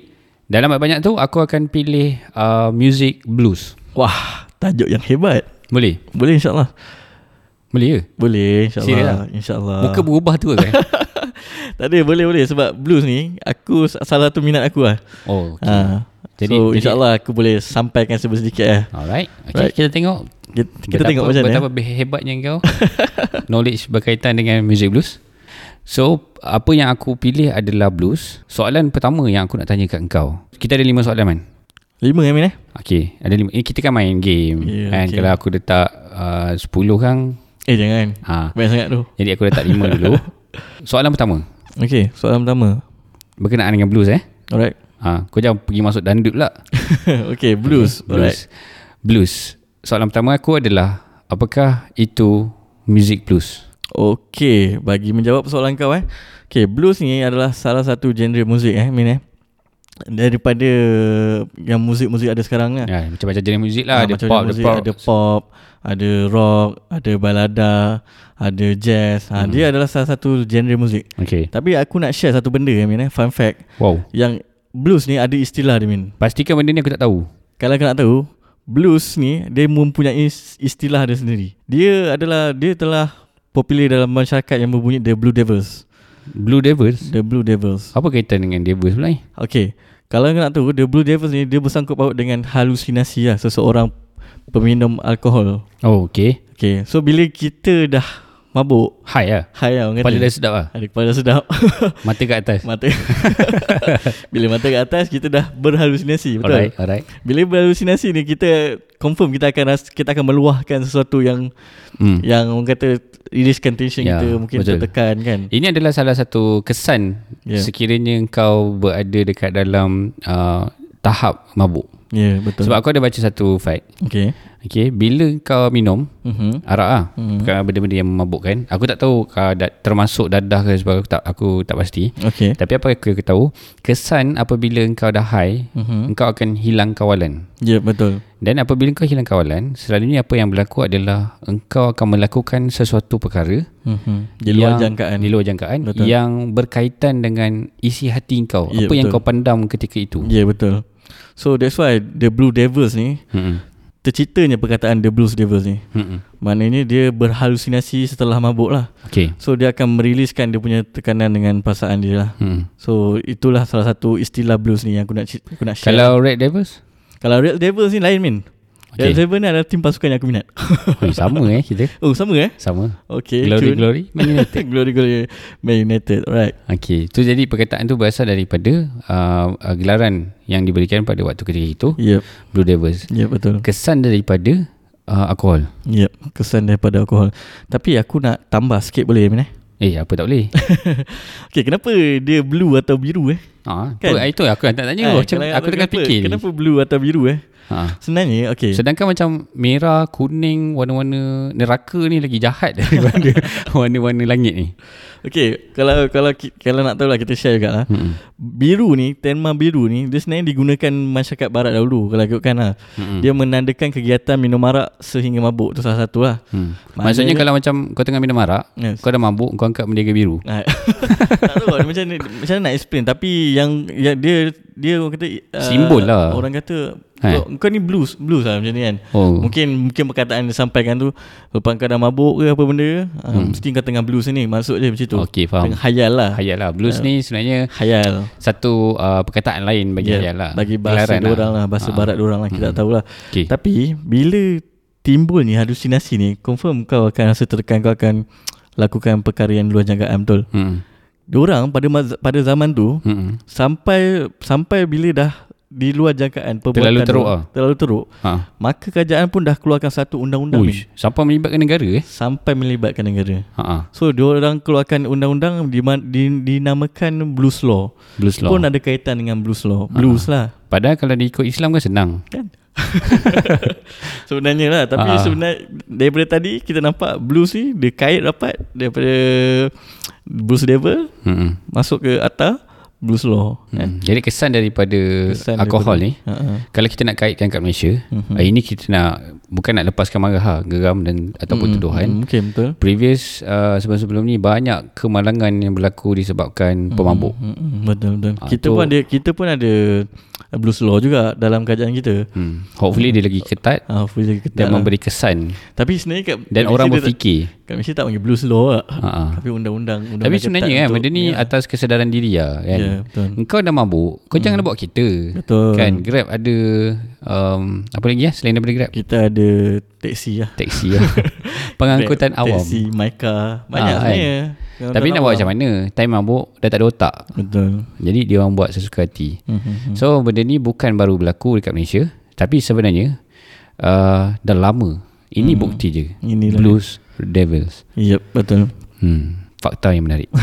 [SPEAKER 2] dalam banyak-banyak tu aku akan pilih uh, music blues.
[SPEAKER 3] Wah Tajuk yang hebat
[SPEAKER 2] Boleh?
[SPEAKER 3] Boleh insyaAllah
[SPEAKER 2] Boleh ke?
[SPEAKER 3] Boleh
[SPEAKER 2] Serius lah?
[SPEAKER 3] insyaAllah InsyaAllah
[SPEAKER 2] Muka berubah tu ke?
[SPEAKER 3] Tak ada boleh boleh Sebab blues ni Aku salah tu minat aku lah
[SPEAKER 2] oh, okay.
[SPEAKER 3] ha.
[SPEAKER 2] Jadi-
[SPEAKER 3] jadi, So
[SPEAKER 2] jadi-
[SPEAKER 3] insyaAllah aku boleh sampaikan sebesedikit lah
[SPEAKER 2] Alright. Okay,
[SPEAKER 3] Right.
[SPEAKER 2] kita tengok
[SPEAKER 3] Kita, kita tengok macam mana eh.
[SPEAKER 2] betapa Betapa hebatnya kau Knowledge berkaitan dengan music blues So apa yang aku pilih adalah blues Soalan pertama yang aku nak tanya kat kau Kita ada lima soalan man
[SPEAKER 3] Lima Amin eh
[SPEAKER 2] Okay ada lima eh, Kita kan main game
[SPEAKER 3] Ya,
[SPEAKER 2] yeah, kan?
[SPEAKER 3] okey.
[SPEAKER 2] Kalau aku letak uh, 10 kan
[SPEAKER 3] Eh jangan
[SPEAKER 2] ha.
[SPEAKER 3] Banyak sangat tu
[SPEAKER 2] Jadi aku letak lima dulu Soalan pertama
[SPEAKER 3] Okay soalan pertama
[SPEAKER 2] Berkenaan dengan blues eh
[SPEAKER 3] Alright
[SPEAKER 2] ha. Kau jangan pergi masuk dandut pula
[SPEAKER 3] Okay blues Alright
[SPEAKER 2] Blues Blues Soalan pertama aku adalah Apakah itu music blues?
[SPEAKER 3] Okay Bagi menjawab soalan kau eh Okay blues ni adalah salah satu genre muzik eh Min eh Daripada Yang muzik-muzik ada sekarang lah
[SPEAKER 2] Ya, macam-macam jenis muzik
[SPEAKER 3] Ah,
[SPEAKER 2] lah. ada
[SPEAKER 3] macam
[SPEAKER 2] pop, ada
[SPEAKER 3] muzik,
[SPEAKER 2] pop.
[SPEAKER 3] ada pop, ada rock, ada balada, ada jazz. Ha,
[SPEAKER 2] Hmm.
[SPEAKER 3] Dia adalah salah satu genre muzik.
[SPEAKER 2] Okay.
[SPEAKER 3] Tapi aku nak share satu benda Amin eh, fun fact
[SPEAKER 2] Wow.
[SPEAKER 3] yang blues ni ada istilah dia Min.
[SPEAKER 2] Pastikan benda ni aku tak tahu.
[SPEAKER 3] Kalau kau nak tahu, blues ni dia mempunyai is- istilah dia sendiri. Dia adalah dia telah popular dalam masyarakat yang berbunyi The Blue Devils.
[SPEAKER 2] Blue Devils.
[SPEAKER 3] The Blue Devils.
[SPEAKER 2] Apa kaitan dengan Devils pula ni?
[SPEAKER 3] Okay Kalau kau nak tahu The Blue Devils ni Dia bersangkut paut dengan halusinasi lah Seseorang Peminum alkohol
[SPEAKER 2] Oh, okay.
[SPEAKER 3] Okay So bila kita dah mabuk
[SPEAKER 2] High lah
[SPEAKER 3] High lah orang
[SPEAKER 2] Kepala
[SPEAKER 3] kata
[SPEAKER 2] dah sedap lah
[SPEAKER 3] Ada kepala sedap
[SPEAKER 2] Mata kat atas
[SPEAKER 3] Mata Bila mata kat atas Kita dah berhalusinasi Betul
[SPEAKER 2] Alright Alright
[SPEAKER 3] Bila berhalusinasi ni Kita Confirm kita akan ras- Kita akan meluahkan sesuatu yang
[SPEAKER 2] hmm.
[SPEAKER 3] Yang orang kata Iriskan tension
[SPEAKER 2] Ya,
[SPEAKER 3] kita Mungkin
[SPEAKER 2] betul.
[SPEAKER 3] tertekan kan
[SPEAKER 2] Ini adalah salah satu kesan
[SPEAKER 3] Ya.
[SPEAKER 2] yeah. Sekiranya kau berada dekat dalam uh, Tahap mabuk
[SPEAKER 3] Ya yeah, betul
[SPEAKER 2] Sebab aku ada baca satu fact
[SPEAKER 3] Okay
[SPEAKER 2] Okay Bila kau minum
[SPEAKER 3] mm-hmm.
[SPEAKER 2] Arak lah
[SPEAKER 3] Hmm.
[SPEAKER 2] Bukan benda-benda yang memabukkan Aku tak tahu uh, da- Termasuk dadah ke sebab aku tak, aku tak pasti
[SPEAKER 3] Okay
[SPEAKER 2] Tapi apa yang aku tahu Kesan apabila kau dah high
[SPEAKER 3] mm-hmm.
[SPEAKER 2] Engkau akan hilang kawalan
[SPEAKER 3] Ya yeah, betul
[SPEAKER 2] Dan apabila kau hilang kawalan Selalunya apa yang berlaku adalah Engkau akan melakukan sesuatu perkara
[SPEAKER 3] mm-hmm. Di luar
[SPEAKER 2] yang-
[SPEAKER 3] jangkaan
[SPEAKER 2] Di luar jangkaan
[SPEAKER 3] Betul.
[SPEAKER 2] Yang berkaitan dengan isi hati kau
[SPEAKER 3] Ya,
[SPEAKER 2] Apa yang
[SPEAKER 3] betul.
[SPEAKER 2] kau pandam ketika itu
[SPEAKER 3] Ya yeah, betul So that's why The Blue Devils ni
[SPEAKER 2] Mm-mm.
[SPEAKER 3] Terciptanya perkataan The Blue Devils ni
[SPEAKER 2] Mm-mm.
[SPEAKER 3] Maknanya dia berhalusinasi setelah mabuk lah
[SPEAKER 2] Okay
[SPEAKER 3] So dia akan meriliskan dia punya tekanan dengan perasaan dia lah
[SPEAKER 2] Mm.
[SPEAKER 3] So itulah salah satu istilah blues ni yang aku nak ci- aku nak share
[SPEAKER 2] Kalau Red Devils
[SPEAKER 3] Kalau Real Devils ni lain min
[SPEAKER 2] Okay.
[SPEAKER 3] Real Devils ni adalah tim pasukan yang aku minat
[SPEAKER 2] Ui, Sama eh kita
[SPEAKER 3] Oh sama eh
[SPEAKER 2] Sama
[SPEAKER 3] Okay
[SPEAKER 2] Glory
[SPEAKER 3] cun.
[SPEAKER 2] Glory Man United
[SPEAKER 3] glory glory Man United Alright
[SPEAKER 2] Okey, tu jadi perkataan tu berasal daripada uh, uh, gelaran yang diberikan pada waktu ketika itu
[SPEAKER 3] Yep
[SPEAKER 2] Blue Devils.
[SPEAKER 3] Yep betul
[SPEAKER 2] Kesan daripada uh, alkohol.
[SPEAKER 3] Yep Kesan daripada alkohol Tapi aku nak tambah sikit boleh Min eh
[SPEAKER 2] Eh, apa tak boleh?
[SPEAKER 3] Okay kenapa dia blue atau biru eh
[SPEAKER 2] ha,
[SPEAKER 3] Kan?
[SPEAKER 2] tu, itu aku nak tanya.
[SPEAKER 3] Ah,
[SPEAKER 2] Ha, macam,
[SPEAKER 3] kalau-
[SPEAKER 2] aku tengah
[SPEAKER 3] kenapa,
[SPEAKER 2] fikir.
[SPEAKER 3] Kenapa blue atau biru eh
[SPEAKER 2] Ha.
[SPEAKER 3] Sebenarnya okay
[SPEAKER 2] Sedangkan macam merah, kuning, warna-warna neraka ni lagi jahat daripada warna-warna langit ni.
[SPEAKER 3] Okay Kalau kalau ki- kalau nak tahu lah Kita share juga lah
[SPEAKER 2] Mm-mm.
[SPEAKER 3] Biru ni Tema biru ni Dia sebenarnya digunakan Masyarakat barat dahulu Kalau ikutkan lah
[SPEAKER 2] Mm-mm.
[SPEAKER 3] Dia menandakan kegiatan Minum arak Sehingga mabuk tu salah satu lah
[SPEAKER 2] Hmm. Maksudnya kalau macam kau tengah minum arak,
[SPEAKER 3] Yes.
[SPEAKER 2] kau dah mabuk, kau angkat bendera biru.
[SPEAKER 3] Ah, tak tahu lah, macam ni, macam mana nak explain tapi yang, yang dia dia orang kata ah,
[SPEAKER 2] Simbol lah.
[SPEAKER 3] orang kata
[SPEAKER 2] Hai.
[SPEAKER 3] kau, kau ni blues blues lah macam ni kan
[SPEAKER 2] Oh.
[SPEAKER 3] Mungkin mungkin perkataan dia sampaikan tu Lepas kau dah mabuk ke apa benda ke, ah, Mesti kau tengah blues ni Masuk je macam tu
[SPEAKER 2] Okey, Hmm. Oh, faham.
[SPEAKER 3] Tengah hayal lah
[SPEAKER 2] Hayal lah. Blues ni sebenarnya
[SPEAKER 3] Hayal
[SPEAKER 2] satu uh, perkataan lain bagi yeah,
[SPEAKER 3] Ya,
[SPEAKER 2] Hayal lah. Ah. Hmm.
[SPEAKER 3] Bagi bahasa
[SPEAKER 2] Gelaran
[SPEAKER 3] diorang lah Bahasa barat diorang lah Kita tak tahulah
[SPEAKER 2] Okey.
[SPEAKER 3] Tapi Bila timbul ni Halusinasi ni Confirm kau akan rasa tertekan Kau akan Lakukan perkara yang luar jangkaan Betul
[SPEAKER 2] Hmm.
[SPEAKER 3] Diorang pada maz- pada zaman tu
[SPEAKER 2] Hmm.
[SPEAKER 3] Sampai Sampai bila dah Di luar jangkaan perbuatan
[SPEAKER 2] Terlalu teruk
[SPEAKER 3] diorang-
[SPEAKER 2] ah.
[SPEAKER 3] Terlalu teruk
[SPEAKER 2] Ha.
[SPEAKER 3] Maka kerajaan pun dah keluarkan Satu undang-undang ni
[SPEAKER 2] Uish, sampai melibatkan negara eh.
[SPEAKER 3] Sampai melibatkan negara
[SPEAKER 2] Ha
[SPEAKER 3] So diorang keluarkan undang-undang di, man- di- Dinamakan Blues Law
[SPEAKER 2] Blues law. Ah.
[SPEAKER 3] Pun ada kaitan dengan Blues Law Blues lah
[SPEAKER 2] Padahal kalau diikut Islam kan senang.
[SPEAKER 3] Sebenarnya lah Tapi
[SPEAKER 2] Ah.
[SPEAKER 3] sebenarnya Daripada tadi Kita nampak Blues ni Dia kait rapat Daripada Blues Devil
[SPEAKER 2] Hmm.
[SPEAKER 3] Masuk ke Atta Blues Law kan?
[SPEAKER 2] hmm. Jadi kesan daripada
[SPEAKER 3] Eh. Kesan
[SPEAKER 2] alkohol
[SPEAKER 3] daripada-
[SPEAKER 2] ni
[SPEAKER 3] uh-huh.
[SPEAKER 2] kalau kita nak kaitkan kat Malaysia,
[SPEAKER 3] Mhm.
[SPEAKER 2] hari ni kita nak bukan nak lepaskan marah ha, geram dan
[SPEAKER 3] Hmm.
[SPEAKER 2] ataupun tuduhan.
[SPEAKER 3] Mungkin betul
[SPEAKER 2] Previous uh, sebelum-sebelum ni banyak kemalangan yang berlaku
[SPEAKER 3] Hmm.
[SPEAKER 2] disebabkan pemabuk.
[SPEAKER 3] Mm-mm, Betul betul
[SPEAKER 2] Oh. Ah,
[SPEAKER 3] Kita
[SPEAKER 2] tu-
[SPEAKER 3] pun ada Kita pun ada Blues Law juga Dalam kerajaan kita
[SPEAKER 2] Hmm. Hopefully dia lagi ketat
[SPEAKER 3] Ah, boleh ketat
[SPEAKER 2] dan
[SPEAKER 3] lah.
[SPEAKER 2] memberi kesan
[SPEAKER 3] Tapi sebenarnya kat,
[SPEAKER 2] dan
[SPEAKER 3] kat
[SPEAKER 2] orang
[SPEAKER 3] Malaysia dia tak-
[SPEAKER 2] berfikir.
[SPEAKER 3] Kat Malaysia tak panggil Blues Law lah
[SPEAKER 2] Ha ah.
[SPEAKER 3] Tapi undang-undang, undang-undang
[SPEAKER 2] Tapi
[SPEAKER 3] ketat
[SPEAKER 2] sebenarnya kan
[SPEAKER 3] untuk-
[SPEAKER 2] benda ni
[SPEAKER 3] Ya.
[SPEAKER 2] atas kesedaran diri lah
[SPEAKER 3] Ya
[SPEAKER 2] kan.
[SPEAKER 3] betul
[SPEAKER 2] Engkau dah mabuk Kau hmm. janganlah bawa kereta
[SPEAKER 3] Betul
[SPEAKER 2] Kan Grab ada um, Apa lagi ya Selain daripada Grab
[SPEAKER 3] Kita ada Teksi lah
[SPEAKER 2] Taksi lah Pengangkutan
[SPEAKER 3] Grab,
[SPEAKER 2] awam
[SPEAKER 3] Taxi, Maika Banyak
[SPEAKER 2] Ah, kan.
[SPEAKER 3] sebenarnya Pengangkutan
[SPEAKER 2] Tapi nak buat macam mana Time mabuk Dah tak ada otak
[SPEAKER 3] Betul
[SPEAKER 2] Jadi dia orang buat sesuka hati hmm. So benda ni bukan baru berlaku Dekat Malaysia Tapi sebenarnya uh, Dah lama Ini hmm. bukti je
[SPEAKER 3] Inilah
[SPEAKER 2] Blues Devils
[SPEAKER 3] Yep betul
[SPEAKER 2] hmm. Fakta yang menarik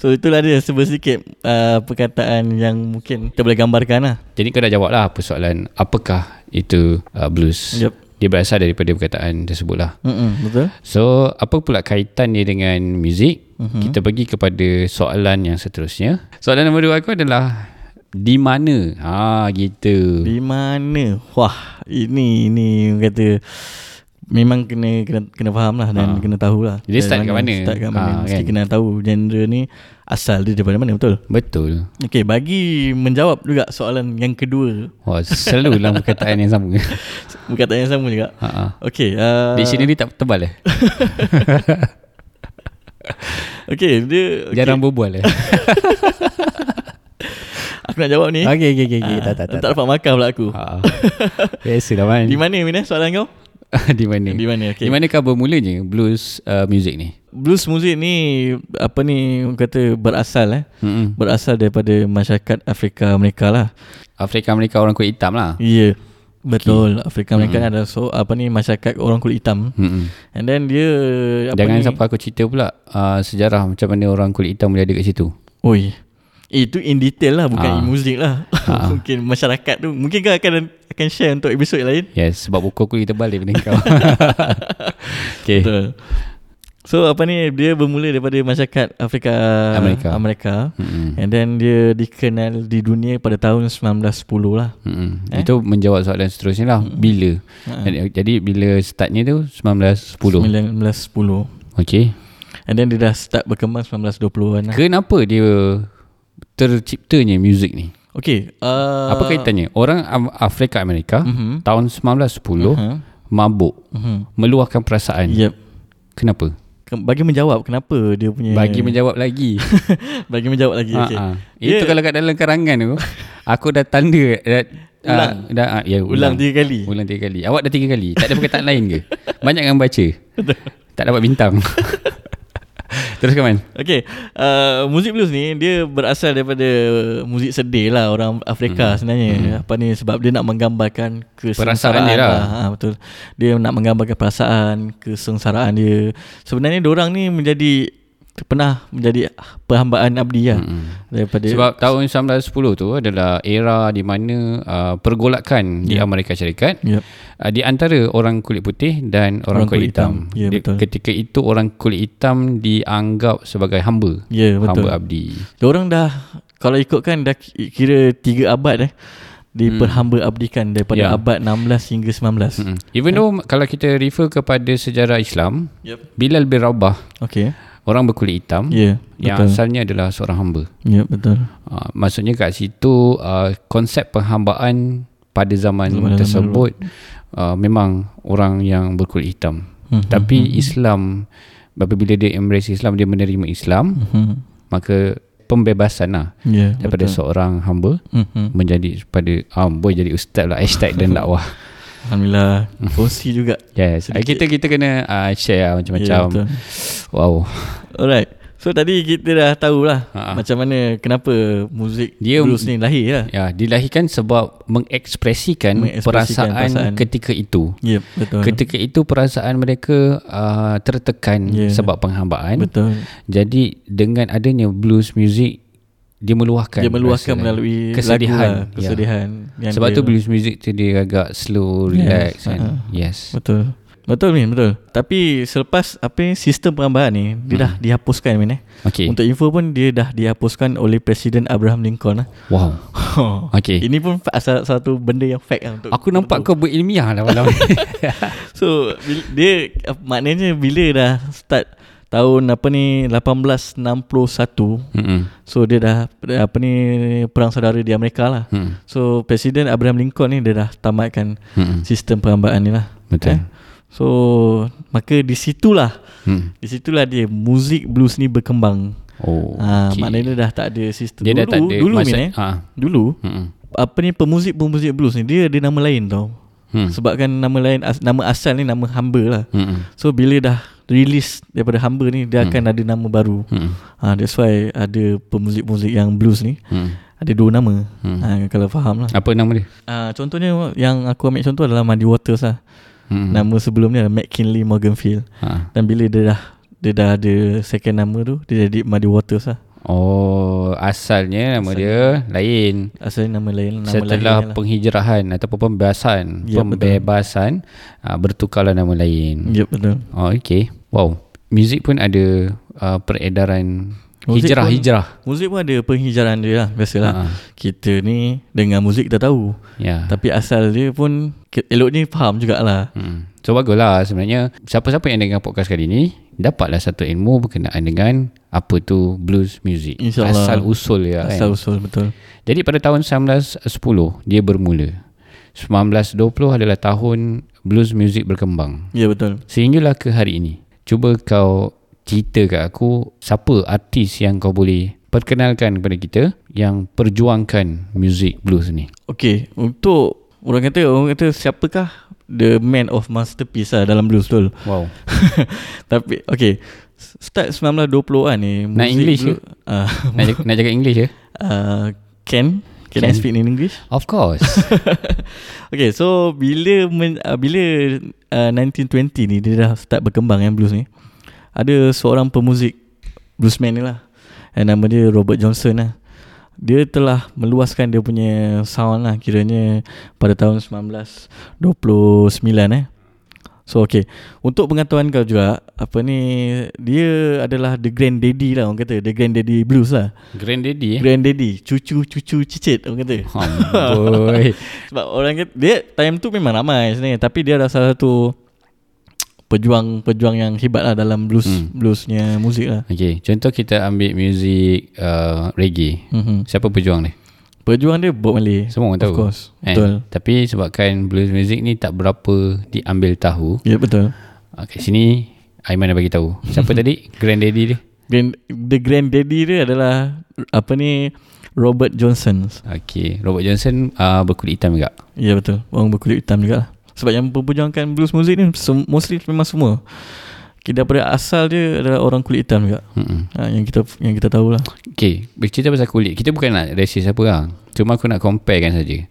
[SPEAKER 3] So itulah dia Sebab sedikit uh, Perkataan yang mungkin Kita boleh gambarkan lah
[SPEAKER 2] Jadi kau dah jawab lah Apa soalan Apakah itu uh, blues
[SPEAKER 3] Yep
[SPEAKER 2] Dia berasal daripada perkataan tersebut lah
[SPEAKER 3] Mm-mm, Betul
[SPEAKER 2] So apa pula kaitan dia dengan muzik? Mm-hmm. Kita pergi kepada soalan yang seterusnya. Soalan nombor dua aku adalah di mana? Ha gitu.
[SPEAKER 3] Di mana Wah Ini Ini orang kata Memang kena Kena, kena faham lah Dan kena tahu lah
[SPEAKER 2] Ah. Dia
[SPEAKER 3] Dari
[SPEAKER 2] start kat mana?
[SPEAKER 3] Start kat mana
[SPEAKER 2] Ah,
[SPEAKER 3] Mesti
[SPEAKER 2] kan?
[SPEAKER 3] kena tahu Genre ni Asal dia daripada mana Betul
[SPEAKER 2] Betul.
[SPEAKER 3] Okay bagi Menjawab juga soalan yang kedua
[SPEAKER 2] Wah, selalulah perkataan yang sama.
[SPEAKER 3] Perkataan yang sama juga
[SPEAKER 2] Ha ah.
[SPEAKER 3] Okay uh,
[SPEAKER 2] Dictionary tak tebal eh.
[SPEAKER 3] Okay dia okay.
[SPEAKER 2] Jarang berbual eh.
[SPEAKER 3] Aku nak jawab ni
[SPEAKER 2] okey okey okey
[SPEAKER 3] Ah, tak dapat markah pula aku
[SPEAKER 2] Ha. Biasalah man.
[SPEAKER 3] Di mana Mina soalan kau?
[SPEAKER 2] di mana?
[SPEAKER 3] Di mana?
[SPEAKER 2] Okay.
[SPEAKER 3] Okay.
[SPEAKER 2] Di manakah bermulanya blues uh, music ni?
[SPEAKER 3] Blues muzik ni apa ni orang kata berasal eh.
[SPEAKER 2] Mm-mm.
[SPEAKER 3] Berasal daripada masyarakat Afrika Amerika lah.
[SPEAKER 2] Afrika mereka orang kulit hitam lah.
[SPEAKER 3] Ya. Yeah. Betul. Okay. Afrika Amerika hmm. ada so apa ni masyarakat orang kulit hitam.
[SPEAKER 2] Mm-mm.
[SPEAKER 3] And then dia apa
[SPEAKER 2] Jangan
[SPEAKER 3] Mm. ni?
[SPEAKER 2] sampai aku cerita pula uh, sejarah macam mana orang kulit hitam boleh ada kat situ.
[SPEAKER 3] Oi. Itu in detail lah bukan
[SPEAKER 2] Ah.
[SPEAKER 3] in muzik lah.
[SPEAKER 2] Ah.
[SPEAKER 3] mungkin masyarakat tu mungkin kau akan akan share untuk episod lain.
[SPEAKER 2] Yes, sebab buku aku lagi tebal daripada kau. okay.
[SPEAKER 3] Betul. So apa ni dia bermula daripada masyarakat Afrika
[SPEAKER 2] Amerika.
[SPEAKER 3] Amerika.
[SPEAKER 2] Mm-mm.
[SPEAKER 3] And then dia dikenal di dunia pada tahun 1910 lah.
[SPEAKER 2] Mm-mm.
[SPEAKER 3] Eh? Ha.
[SPEAKER 2] Itu menjawab soalan seterusnya lah. Bila? Jadi, jadi bila startnya tu 1910.
[SPEAKER 3] 1910.
[SPEAKER 2] Okay.
[SPEAKER 3] And then dia dah start berkembang 1920-an lah.
[SPEAKER 2] Kenapa dia terciptanya muzik ni?
[SPEAKER 3] Okay. Uh,
[SPEAKER 2] Apa kaitannya? Orang Am- Afrika Amerika
[SPEAKER 3] Mhm.
[SPEAKER 2] tahun 1910
[SPEAKER 3] Huh?
[SPEAKER 2] mabuk,
[SPEAKER 3] Mhm.
[SPEAKER 2] meluahkan perasaan.
[SPEAKER 3] Yep.
[SPEAKER 2] Kenapa?
[SPEAKER 3] Ke- Bagi menjawab kenapa dia punya
[SPEAKER 2] Bagi menjawab lagi.
[SPEAKER 3] bagi menjawab lagi.
[SPEAKER 2] Ha,
[SPEAKER 3] Okay.
[SPEAKER 2] ha. Itu
[SPEAKER 3] Dia-
[SPEAKER 2] kalau kat dalam karangan tu aku dah tanda dah
[SPEAKER 3] Ulang.
[SPEAKER 2] ah, dah ah, ya
[SPEAKER 3] Ulang tiga kali.
[SPEAKER 2] Ulang tiga kali. Awak dah tiga kali. Tak ada perkataan lain ke? Banyak yang baca. tak dapat bintang. Teruskan Man.
[SPEAKER 3] Okay, uh, muzik blues ni dia berasal daripada muzik sedih lah orang Afrika hmm. sebenarnya. Hmm. Apa ni sebab dia nak menggambarkan kesengsaraan
[SPEAKER 2] Perasaan dia lah.
[SPEAKER 3] Ha, betul. Dia nak menggambarkan perasaan, kesengsaraan dia. Sebenarnya orang ni menjadi pernah menjadi perhambaan abdi lah hmm. daripada
[SPEAKER 2] Sebab tahun 1910 tu adalah era di mana uh, pergolakan di Amerika Syarikat
[SPEAKER 3] Yep.
[SPEAKER 2] uh, di antara orang kulit putih dan orang, kulit, hitam.
[SPEAKER 3] Ya,
[SPEAKER 2] Di-
[SPEAKER 3] betul.
[SPEAKER 2] Ketika itu orang kulit hitam dianggap sebagai hamba.
[SPEAKER 3] Ya, betul.
[SPEAKER 2] Hamba abdi.
[SPEAKER 3] Orang dah kalau ikutkan dah ki- kira tiga abad eh diperhamba abdikan daripada
[SPEAKER 2] Hmm. Ya.
[SPEAKER 3] abad 16 hingga 19. Hmm.
[SPEAKER 2] Mm. Even though kalau kita refer kepada sejarah Islam,
[SPEAKER 3] Yep.
[SPEAKER 2] Bilal bin Rabah,
[SPEAKER 3] Okay.
[SPEAKER 2] orang berkulit hitam
[SPEAKER 3] Ya,
[SPEAKER 2] yang
[SPEAKER 3] betul.
[SPEAKER 2] asalnya adalah seorang hamba.
[SPEAKER 3] Ya, betul.
[SPEAKER 2] Uh, maksudnya kat situ uh, konsep penghambaan pada
[SPEAKER 3] Zaman-
[SPEAKER 2] zaman
[SPEAKER 3] zaman
[SPEAKER 2] tersebut uh, memang orang yang berkulit hitam.
[SPEAKER 3] Hmm,
[SPEAKER 2] Tapi Islam apabila dia embrace Islam, dia menerima Islam,
[SPEAKER 3] Hmm.
[SPEAKER 2] maka pembebasan lah
[SPEAKER 3] Ya,
[SPEAKER 2] daripada Hmm.
[SPEAKER 3] betul.
[SPEAKER 2] seorang hamba
[SPEAKER 3] Mm-hmm.
[SPEAKER 2] menjadi pada um, boleh jadi ustaz lah hashtag dan dakwah.
[SPEAKER 3] Alhamdulillah Fosi juga Ya,
[SPEAKER 2] Yes. Uh, Kita kita kena uh, share lah macam-macam.
[SPEAKER 3] betul.
[SPEAKER 2] wow.
[SPEAKER 3] Alright So tadi kita dah tahulah
[SPEAKER 2] Ha-ha.
[SPEAKER 3] Macam mana Kenapa Muzik
[SPEAKER 2] Ha. Dia-
[SPEAKER 3] blues ni lahir lah
[SPEAKER 2] Ya, dilahirkan sebab mengekspresikan,
[SPEAKER 3] Mengekspresikan
[SPEAKER 2] perasaan,
[SPEAKER 3] perasaan.
[SPEAKER 2] ketika itu.
[SPEAKER 3] Ya yep, betul
[SPEAKER 2] Ketika itu perasaan mereka uh, tertekan
[SPEAKER 3] Ya.
[SPEAKER 2] yeah. sebab penghambaan.
[SPEAKER 3] Betul
[SPEAKER 2] Jadi dengan adanya blues music dia meluahkan.
[SPEAKER 3] Dia meluahkan
[SPEAKER 2] perasaan.
[SPEAKER 3] melalui
[SPEAKER 2] kan lah. kesedihan.
[SPEAKER 3] lagu lah, Kesedihan
[SPEAKER 2] Ya.
[SPEAKER 3] yang
[SPEAKER 2] Sebab
[SPEAKER 3] dia-
[SPEAKER 2] tu blues music tu dia agak slow, relax
[SPEAKER 3] Yes,
[SPEAKER 2] yes. kan.
[SPEAKER 3] uh-uh.
[SPEAKER 2] Yes.
[SPEAKER 3] Betul Betul Min betul Tapi selepas apa ni, Sistem penghambaan ni Dia
[SPEAKER 2] Hmm.
[SPEAKER 3] dah dihapuskan Min eh
[SPEAKER 2] Okay.
[SPEAKER 3] Untuk info pun Dia dah dihapuskan oleh Presiden Abraham Lincoln lah
[SPEAKER 2] Wow. Okay.
[SPEAKER 3] Ini pun fa- salah satu benda yang fact lah untuk
[SPEAKER 2] Aku nampak kau berilmiah lah malam ni.
[SPEAKER 3] So bil- dia ap- maknanya bila dah start tahun apa ni 1861
[SPEAKER 2] Mm-mm.
[SPEAKER 3] so dia dah dia apa ni perang saudara di Amerika lah.
[SPEAKER 2] Mm.
[SPEAKER 3] So presiden Abraham Lincoln ni dia dah tamatkan
[SPEAKER 2] Mm-mm.
[SPEAKER 3] sistem perhambaan ni lah.
[SPEAKER 2] Hmm. Betul.
[SPEAKER 3] So maka di situlah
[SPEAKER 2] Mm.
[SPEAKER 3] di situlah dia muzik blues ni berkembang.
[SPEAKER 2] Oh.
[SPEAKER 3] Ah
[SPEAKER 2] okay.
[SPEAKER 3] maknanya dia dah tak ada sistem
[SPEAKER 2] dia
[SPEAKER 3] dulu,
[SPEAKER 2] dah tak ada
[SPEAKER 3] dulu
[SPEAKER 2] masa-
[SPEAKER 3] Min, eh.
[SPEAKER 2] Ha.
[SPEAKER 3] Dulu
[SPEAKER 2] Mm-mm.
[SPEAKER 3] apa ni pemuzik-pemuzik blues ni dia ada nama lain tau.
[SPEAKER 2] Hmm.
[SPEAKER 3] Sebab kan nama lain as, nama asal ni nama hamba lah.
[SPEAKER 2] Mm-mm.
[SPEAKER 3] So bila dah release daripada hamba ni dia hmm. akan ada nama baru.
[SPEAKER 2] Mm-mm.
[SPEAKER 3] Ha, that's why ada pemuzik-muzik yang blues ni
[SPEAKER 2] Mm.
[SPEAKER 3] ada dua nama. Hmm. Ha, kalau faham lah.
[SPEAKER 2] Apa nama dia?
[SPEAKER 3] Ha, contohnya yang aku ambil contoh adalah Muddy Waters lah.
[SPEAKER 2] Hmm.
[SPEAKER 3] Hmm. Nama sebelum ni adalah McKinley Morganfield.
[SPEAKER 2] Ha.
[SPEAKER 3] Dan bila dia dah dia dah ada second nama tu dia jadi Muddy Waters lah.
[SPEAKER 2] Oh, asalnya nama dia lain.
[SPEAKER 3] Asalnya nama lain lah. nama
[SPEAKER 2] Setelah
[SPEAKER 3] lain
[SPEAKER 2] penghijrahan ataupun pembebasan,
[SPEAKER 3] Ya, betul.
[SPEAKER 2] pembebasan uh, bertukarlah nama lain.
[SPEAKER 3] Ya yep, betul.
[SPEAKER 2] Oh, okey. Wow. Muzik pun ada uh, peredaran
[SPEAKER 3] Muzik pun-
[SPEAKER 2] hijrah-hijrah.
[SPEAKER 3] Muzik pun ada penghijaran dia lah biasalah.
[SPEAKER 2] Ha.
[SPEAKER 3] Kita ni dengan muzik kita tahu.
[SPEAKER 2] Ya.
[SPEAKER 3] Tapi asal dia pun ke- elok ni faham jugalah.
[SPEAKER 2] Hmm. So baguslah sebenarnya siapa-siapa yang dengar podcast kali ni dapatlah satu ilmu berkenaan dengan apa tu blues music.
[SPEAKER 3] InsyaAllah.
[SPEAKER 2] Asal usul ya kan.
[SPEAKER 3] Asal usul betul.
[SPEAKER 2] Jadi pada tahun 1910 dia bermula. 1920 adalah tahun blues music berkembang.
[SPEAKER 3] Ya betul.
[SPEAKER 2] Sehinggalah ke hari ini. Cuba kau cerita kat aku siapa artis yang kau boleh perkenalkan kepada kita yang perjuangkan muzik blues ni.
[SPEAKER 3] Okey, untuk orang kata orang kata siapakah the man of masterpiece lah dalam blues tu.
[SPEAKER 2] Wow.
[SPEAKER 3] Tapi okay Start 1920-an ni
[SPEAKER 2] Nak English ke?
[SPEAKER 3] uh,
[SPEAKER 2] Nak, jaga, nak jaga English ya?
[SPEAKER 3] uh, Can Can I
[SPEAKER 2] Can.
[SPEAKER 3] speak in English?
[SPEAKER 4] Of course.
[SPEAKER 3] Okay so Bila men, uh, Bila uh, 1920 ni Dia dah start berkembang yang blues ni Ada seorang pemuzik Bluesman ni lah And nama dia Robert Johnson lah dia telah meluaskan dia punya sound lah Kiranya pada tahun 1929 eh So okay Untuk pengetahuan kau juga Apa ni Dia adalah the grand daddy lah orang kata The grand daddy blues lah
[SPEAKER 2] Granddaddy eh?
[SPEAKER 3] Grand daddy Cucu-cucu cicit orang kata
[SPEAKER 2] Amboi.
[SPEAKER 3] sebab orang kata Dia time tu memang ramai sebenarnya Tapi dia ada salah satu Pejuang-pejuang yang hebat lah Dalam blues
[SPEAKER 2] Hmm.
[SPEAKER 3] hmm. Bluesnya muzik lah
[SPEAKER 2] Okay, contoh kita ambil muzik uh, reggae.
[SPEAKER 3] mm-hmm.
[SPEAKER 2] Siapa pejuang ni?
[SPEAKER 3] Pejuang dia Bob Marley
[SPEAKER 2] Semua orang
[SPEAKER 3] Of
[SPEAKER 2] tahu. Eh.
[SPEAKER 3] course Betul
[SPEAKER 2] Tapi sebabkan blues music ni tak berapa diambil tahu.
[SPEAKER 3] Ya betul
[SPEAKER 2] Okay, sini Aiman dah bagi tahu. Siapa tadi? Granddaddy dia.
[SPEAKER 3] Grand, The grand daddy dia adalah Apa ni Robert Johnson
[SPEAKER 2] Okay, Robert Johnson uh, berkulit hitam juga.
[SPEAKER 3] Ya betul Orang berkulit hitam juga lah Sebab yang memperjuangkan blues muzik ni sem- Mostly memang semua Kita daripada asal dia Adalah orang kulit hitam juga
[SPEAKER 2] Mm-mm.
[SPEAKER 3] ha, Yang kita yang kita lah. tahulah
[SPEAKER 2] Okay, bercerita pasal kulit. Kita bukan nak racist apa lah. Cuma aku nak compare kan saja.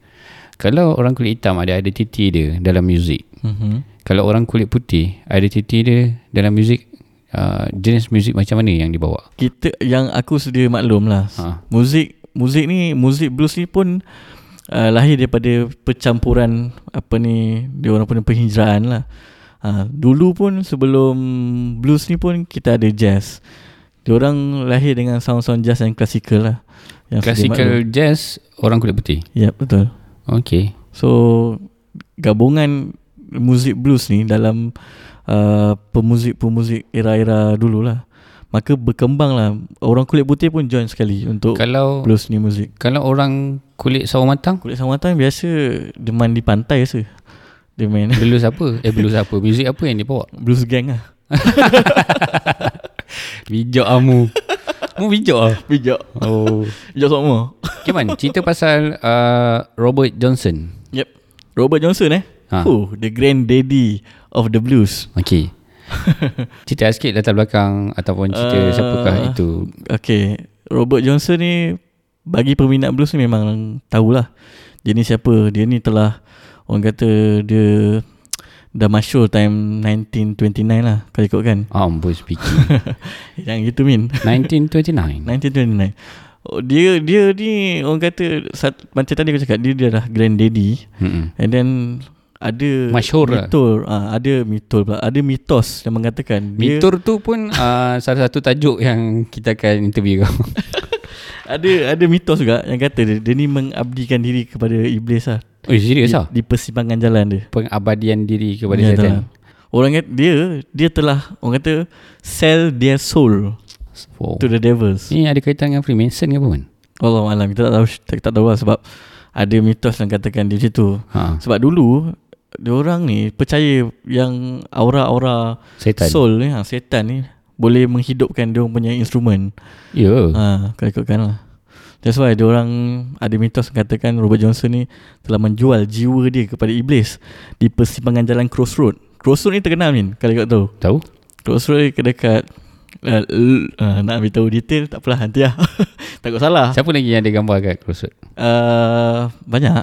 [SPEAKER 2] Kalau orang kulit hitam ada identiti dia dalam muzik.
[SPEAKER 3] mm-hmm.
[SPEAKER 2] Kalau orang kulit putih, identiti dia dalam muzik, uh, jenis muzik macam mana yang dibawa?
[SPEAKER 3] kita yang aku sedia maklum lah.
[SPEAKER 2] Ha.
[SPEAKER 3] Ha. Muzik muzik ni muzik blues ni pun uh, lahir daripada percampuran apa ni dia orang punya penghijraan lah. Ha, dulu pun sebelum blues ni pun kita ada jazz. Dia orang lahir dengan sound-sound jazz yang klasikal lah. Yang sedia maklum.
[SPEAKER 2] Classical jazz, orang kulit putih.
[SPEAKER 3] Ya betul.
[SPEAKER 2] Okay.
[SPEAKER 3] So gabungan muzik blues ni dalam uh, pemuzik-pemuzik era-era dululah. Maka berkembanglah orang kulit putih pun join sekali untuk
[SPEAKER 2] Kalau
[SPEAKER 3] blues ni muzik.
[SPEAKER 2] kalau orang kulit sawo matang,
[SPEAKER 3] Kulit samatan biasa dia main di pantai se. Dia main
[SPEAKER 2] blues apa? Eh blues apa? Muzik apa yang dibawa?
[SPEAKER 3] blues gang lah.
[SPEAKER 2] Bijak amu. Mu bijak ah.
[SPEAKER 3] Bijak.
[SPEAKER 2] Oh.
[SPEAKER 3] Bijak semua.
[SPEAKER 2] Kiman, cerita pasal uh, Robert Johnson.
[SPEAKER 3] Yep. Robert Johnson eh.
[SPEAKER 2] Ha.
[SPEAKER 3] Ha. Oh, the grand daddy of the blues.
[SPEAKER 2] Okay. cerita sikit latar belakang ataupun cerita uh,
[SPEAKER 3] Ah.
[SPEAKER 2] siapakah itu.
[SPEAKER 3] Okay Robert Johnson ni Bagi peminat blues ni memang Tahulah Dia ni siapa Dia ni telah Orang kata Dia Dah masyur time 1929 lah Kalau ikut kan
[SPEAKER 2] Amboi speaking.
[SPEAKER 3] Yang gitu min
[SPEAKER 2] 1929.
[SPEAKER 3] 1929 Oh, dia dia ni orang kata sat, macam tadi aku cakap dia, dia dah granddaddy
[SPEAKER 2] Mm-mm.
[SPEAKER 3] and then ada
[SPEAKER 2] Masyhur lah.
[SPEAKER 3] mitol ah ada mitol pula ada mitos yang mengatakan dia-
[SPEAKER 2] Mitur tu pun uh, salah satu tajuk yang kita akan interview kau.
[SPEAKER 3] Ada ada mitos juga yang kata dia, dia ni mengabdikan diri kepada iblis lah.
[SPEAKER 2] Oi,
[SPEAKER 3] Di,
[SPEAKER 2] serius ah? Ya,
[SPEAKER 3] di persimpangan jalan dia.
[SPEAKER 2] Pengabadian diri kepada
[SPEAKER 3] Dia
[SPEAKER 2] syaitan.
[SPEAKER 3] telah- Orang kata dia dia telah orang kata sell their soul
[SPEAKER 2] Wow.
[SPEAKER 3] to the devils.
[SPEAKER 2] Ni ada kaitan dengan Freemason ke apa pun?
[SPEAKER 3] Allah alam kita tak tahu tak, tak tahu lah sebab ada mitos yang katakan dia macam tu.
[SPEAKER 2] Ha,
[SPEAKER 3] Sebab dulu dia orang ni percaya yang aura-aura
[SPEAKER 2] syaitan. So,
[SPEAKER 3] soul ni, ha, setan ni boleh menghidupkan dia orang punya instrumen.
[SPEAKER 2] ya. Yeah.
[SPEAKER 3] Ha, kau ikutkan lah That's why diorang ada mitos yang katakan Robert Johnson ni telah menjual jiwa dia kepada iblis di persimpangan jalan Crossroad. Crossroad ni terkenal Min, kalau kau tahu.
[SPEAKER 2] Tahu?
[SPEAKER 3] Crossroad ni dekat uh, uh, nak ambil tahu detail tak apalah nanti lah. Takut salah.
[SPEAKER 2] Siapa lagi yang ada gambar kat crossroad?
[SPEAKER 3] Uh, banyak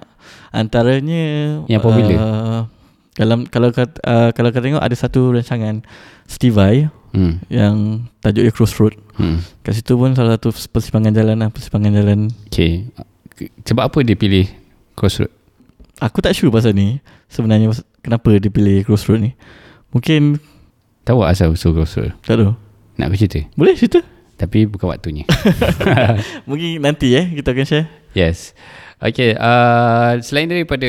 [SPEAKER 3] antaranya
[SPEAKER 2] Yang popular.
[SPEAKER 3] Uh, dalam kalau kat- uh, kalau kau tengok ada satu rancangan Steve Vai
[SPEAKER 2] Hmm.
[SPEAKER 3] yang tajuk dia Crossroad.
[SPEAKER 2] Hmm.
[SPEAKER 3] Kat situ pun salah satu persimpangan jalan lah, persimpangan jalan
[SPEAKER 2] Okay. Ke- Sebab apa dia pilih crossroad?
[SPEAKER 3] Aku tak sure pasal ni Sebenarnya pas- kenapa dia pilih Crossroad ni Mungkin
[SPEAKER 2] Tahu tak asal usul crossroad?
[SPEAKER 3] Tak tahu
[SPEAKER 2] Nak aku cerita?
[SPEAKER 3] Boleh cerita
[SPEAKER 2] Tapi bukan waktunya.
[SPEAKER 3] Mungkin nanti eh Kita akan share
[SPEAKER 2] yes. Okay. Uh, selain daripada...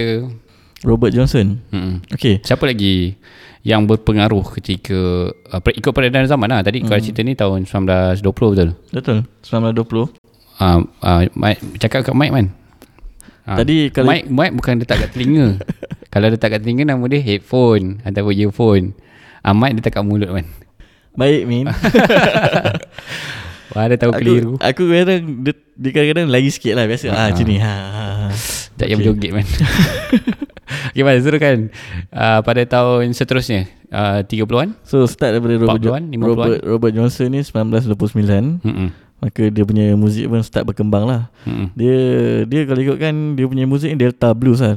[SPEAKER 3] Robert Johnson
[SPEAKER 2] Mm-mm.
[SPEAKER 3] Okay
[SPEAKER 2] Siapa lagi yang berpengaruh ketika uh, per- ikut peredaran zaman lah. Tadi hmm. kau cerita ni tahun 1920 betul?
[SPEAKER 3] Betul 1920
[SPEAKER 2] Uh, uh, Mike, cakap kat Mike man. Ah,
[SPEAKER 3] Tadi kalau-
[SPEAKER 2] Mike, Mike bukan letak kat telinga. kalau letak kat telinga nama dia headphone ataupun earphone. Uh, Mike letak kat mulut man.
[SPEAKER 3] Baik Min
[SPEAKER 2] Wah, dia tahu keliru.
[SPEAKER 3] Aku, aku kadang dia, dia kadang-kadang lagi sikit lah Biasa ah,
[SPEAKER 2] Ah.
[SPEAKER 3] Macam ni ha, ha, ha.
[SPEAKER 2] Tak payah
[SPEAKER 3] Okay.
[SPEAKER 2] berjoget man. Okay, Mas, teruskan. Uh, pada tahun seterusnya, uh, 30-an?
[SPEAKER 3] So start daripada Robert, Jo-
[SPEAKER 2] 40-an, 50-an.
[SPEAKER 3] Robert, Robert Johnson ni 1929
[SPEAKER 2] Mm-mm.
[SPEAKER 3] Maka dia punya muzik pun start berkembang lah
[SPEAKER 2] Mm-mm.
[SPEAKER 3] Dia dia kalau ikutkan dia punya muzik ni Delta Blues lah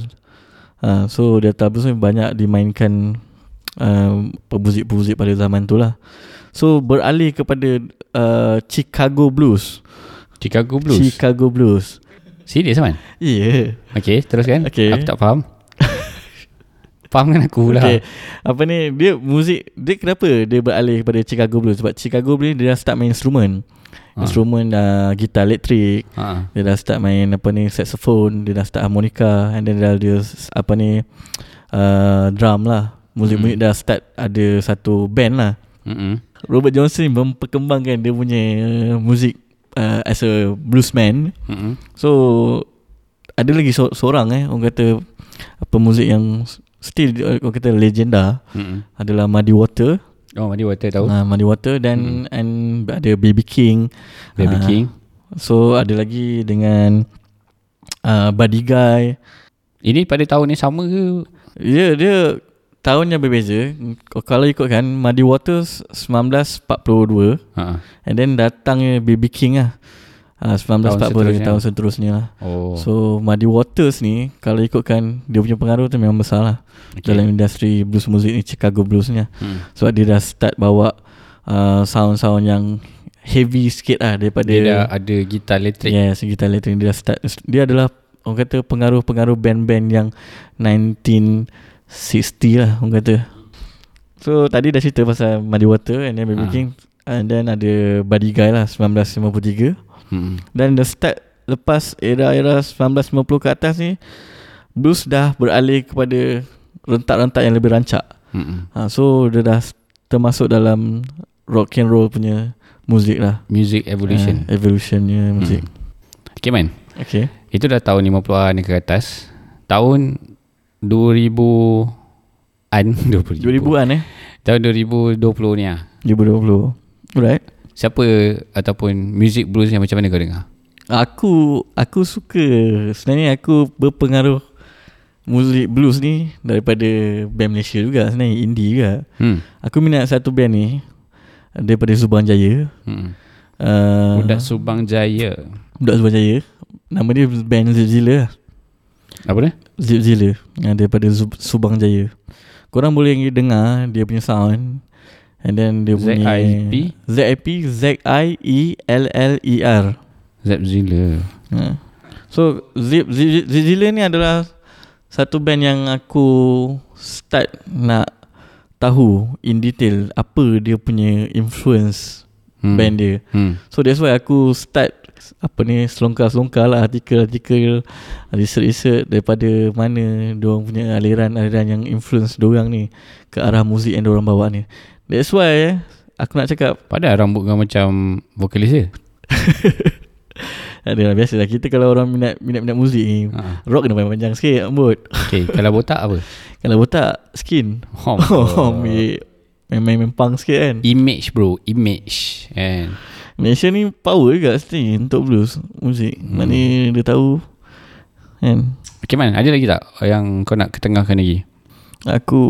[SPEAKER 3] ha, So Delta Blues ni banyak dimainkan um, pemuzik-pemuzik pada zaman tu lah So beralih kepada uh, Chicago Blues.
[SPEAKER 2] Chicago Blues. Chica-
[SPEAKER 3] Chicago Blues
[SPEAKER 2] Serius, Man?
[SPEAKER 3] Ya yeah.
[SPEAKER 2] Okay, teruskan.
[SPEAKER 3] Okay.
[SPEAKER 2] Aku tak faham. Fahamkan aku lah.
[SPEAKER 3] Okay. Apa ni dia muzik dia kenapa dia beralih kepada Chicago Blues sebab Chicago Blues dia dah start main instrumen.
[SPEAKER 2] Ha.
[SPEAKER 3] Ha. Instrumen uh, gitar elektrik,
[SPEAKER 2] Ha.
[SPEAKER 3] dia dah start main apa ni saxophone, dia dah start harmonika and then dah dia s- apa ni uh, drum lah.
[SPEAKER 2] Hmm.
[SPEAKER 3] Muzik-muzik dah start ada satu band lah.
[SPEAKER 2] Mm-mm.
[SPEAKER 3] Robert Johnson memperkembangkan dia punya uh, muzik uh, as a bluesman.
[SPEAKER 2] Mm-mm.
[SPEAKER 3] So ada lagi so- seorang eh orang kata pemuzik yang s- still dia- orang kata legenda
[SPEAKER 2] Mm-mm.
[SPEAKER 3] adalah Muddy Water.
[SPEAKER 2] Oh, Madi Water tahu.
[SPEAKER 3] Ah, Muddy Water dan and ada BB King.
[SPEAKER 2] Baby
[SPEAKER 3] Ah,
[SPEAKER 2] King.
[SPEAKER 3] So ada lagi dengan uh, Buddy Guy.
[SPEAKER 2] Ini pada tahun yang sama ke?
[SPEAKER 3] Dia dia tahun yang berbeza. K- Kalau ikutkan Muddy Water s- 1942
[SPEAKER 2] Ha.
[SPEAKER 3] and then datangnya BB King lah. Uh, 1940 tahun seterusnya,
[SPEAKER 2] seterusnya.
[SPEAKER 3] tahun seterusnya lah.
[SPEAKER 2] Oh. So,
[SPEAKER 3] So Muddy Waters ni Kalau ikutkan Dia punya pengaruh tu memang besar lah okay. Dalam industri blues music ni Chicago blues ni lah.
[SPEAKER 2] Hmm.
[SPEAKER 3] Sebab dia dah start bawa uh, Sound-sound yang Heavy sikit lah Daripada
[SPEAKER 2] dia dah ada gitar elektrik. Yeah.
[SPEAKER 3] Yes gitar elektrik Dia dah start Dia adalah Orang kata pengaruh-pengaruh band-band yang 1960 lah Orang kata So tadi dah cerita pasal Muddy Waters And then Baby
[SPEAKER 2] Ah.
[SPEAKER 3] King And then ada Buddy Guy lah 1953
[SPEAKER 2] Hmm.
[SPEAKER 3] dan the start lepas era-era 1950 ke atas ni blues dah beralih kepada rentak-rentak yang lebih rancak.
[SPEAKER 2] Hmm.
[SPEAKER 3] Ha, so dia dah termasuk dalam rock and roll punya muzik lah.
[SPEAKER 2] Music Evolution.
[SPEAKER 3] Uh, evolutionnya muzik.
[SPEAKER 2] Hmm. Okay, man.
[SPEAKER 3] Hmm. Okay.
[SPEAKER 2] Itu dah tahun 50-an ke atas. Tahun 2000-an. 2000.
[SPEAKER 3] 2000-an eh.
[SPEAKER 2] Tahun 2020 ni lah.
[SPEAKER 3] 2020. Alright.
[SPEAKER 2] Siapa ataupun music blues yang macam mana kau dengar?
[SPEAKER 3] Aku aku suka sebenarnya aku berpengaruh muzik blues ni daripada band Malaysia juga sebenarnya indie juga.
[SPEAKER 2] Hmm.
[SPEAKER 3] Aku minat satu band ni daripada Subang Jaya.
[SPEAKER 2] Hmm.
[SPEAKER 3] Uh,
[SPEAKER 2] Budak Subang Jaya.
[SPEAKER 3] Budak Subang Jaya Nama dia band Zipzilla lah
[SPEAKER 2] Apa dia?
[SPEAKER 3] Zipzilla yang Daripada Zub- Subang Jaya Korang boleh dengar Dia punya sound And then dia punya
[SPEAKER 2] ZIP?
[SPEAKER 3] ZIP E Z-I-E-L-L-E-R
[SPEAKER 2] Zapzilla.
[SPEAKER 3] ha. So Zip, Zip, Zipzilla ni adalah Satu band yang aku Start nak Tahu In detail Apa dia punya Influence
[SPEAKER 2] Hmm.
[SPEAKER 3] Band dia
[SPEAKER 2] Hmm.
[SPEAKER 3] So that's why aku start apa ni selongkar-selongkar lah artikel-artikel research-research daripada mana diorang punya aliran-aliran yang influence diorang ni ke arah muzik yang diorang bawa ni. That's why eh, aku nak cakap
[SPEAKER 2] Padahal rambut kau macam vokalis dia.
[SPEAKER 3] adalah biasa lah kita kalau orang minat minat-minat muzik ni
[SPEAKER 2] Ha.
[SPEAKER 3] rock kena panjang sikit rambut.
[SPEAKER 2] Okay, kalau botak apa?
[SPEAKER 3] Kalau botak skin.
[SPEAKER 2] Hom.
[SPEAKER 3] Oh, ambil main-main punk sikit kan.
[SPEAKER 2] Image bro, image. kan? And
[SPEAKER 3] Malaysia ni power juga sini untuk blues muzik. Hmm. Maknanya dia tahu kan.
[SPEAKER 2] Okay man, ada lagi tak yang kau nak ketengahkan lagi?
[SPEAKER 3] Aku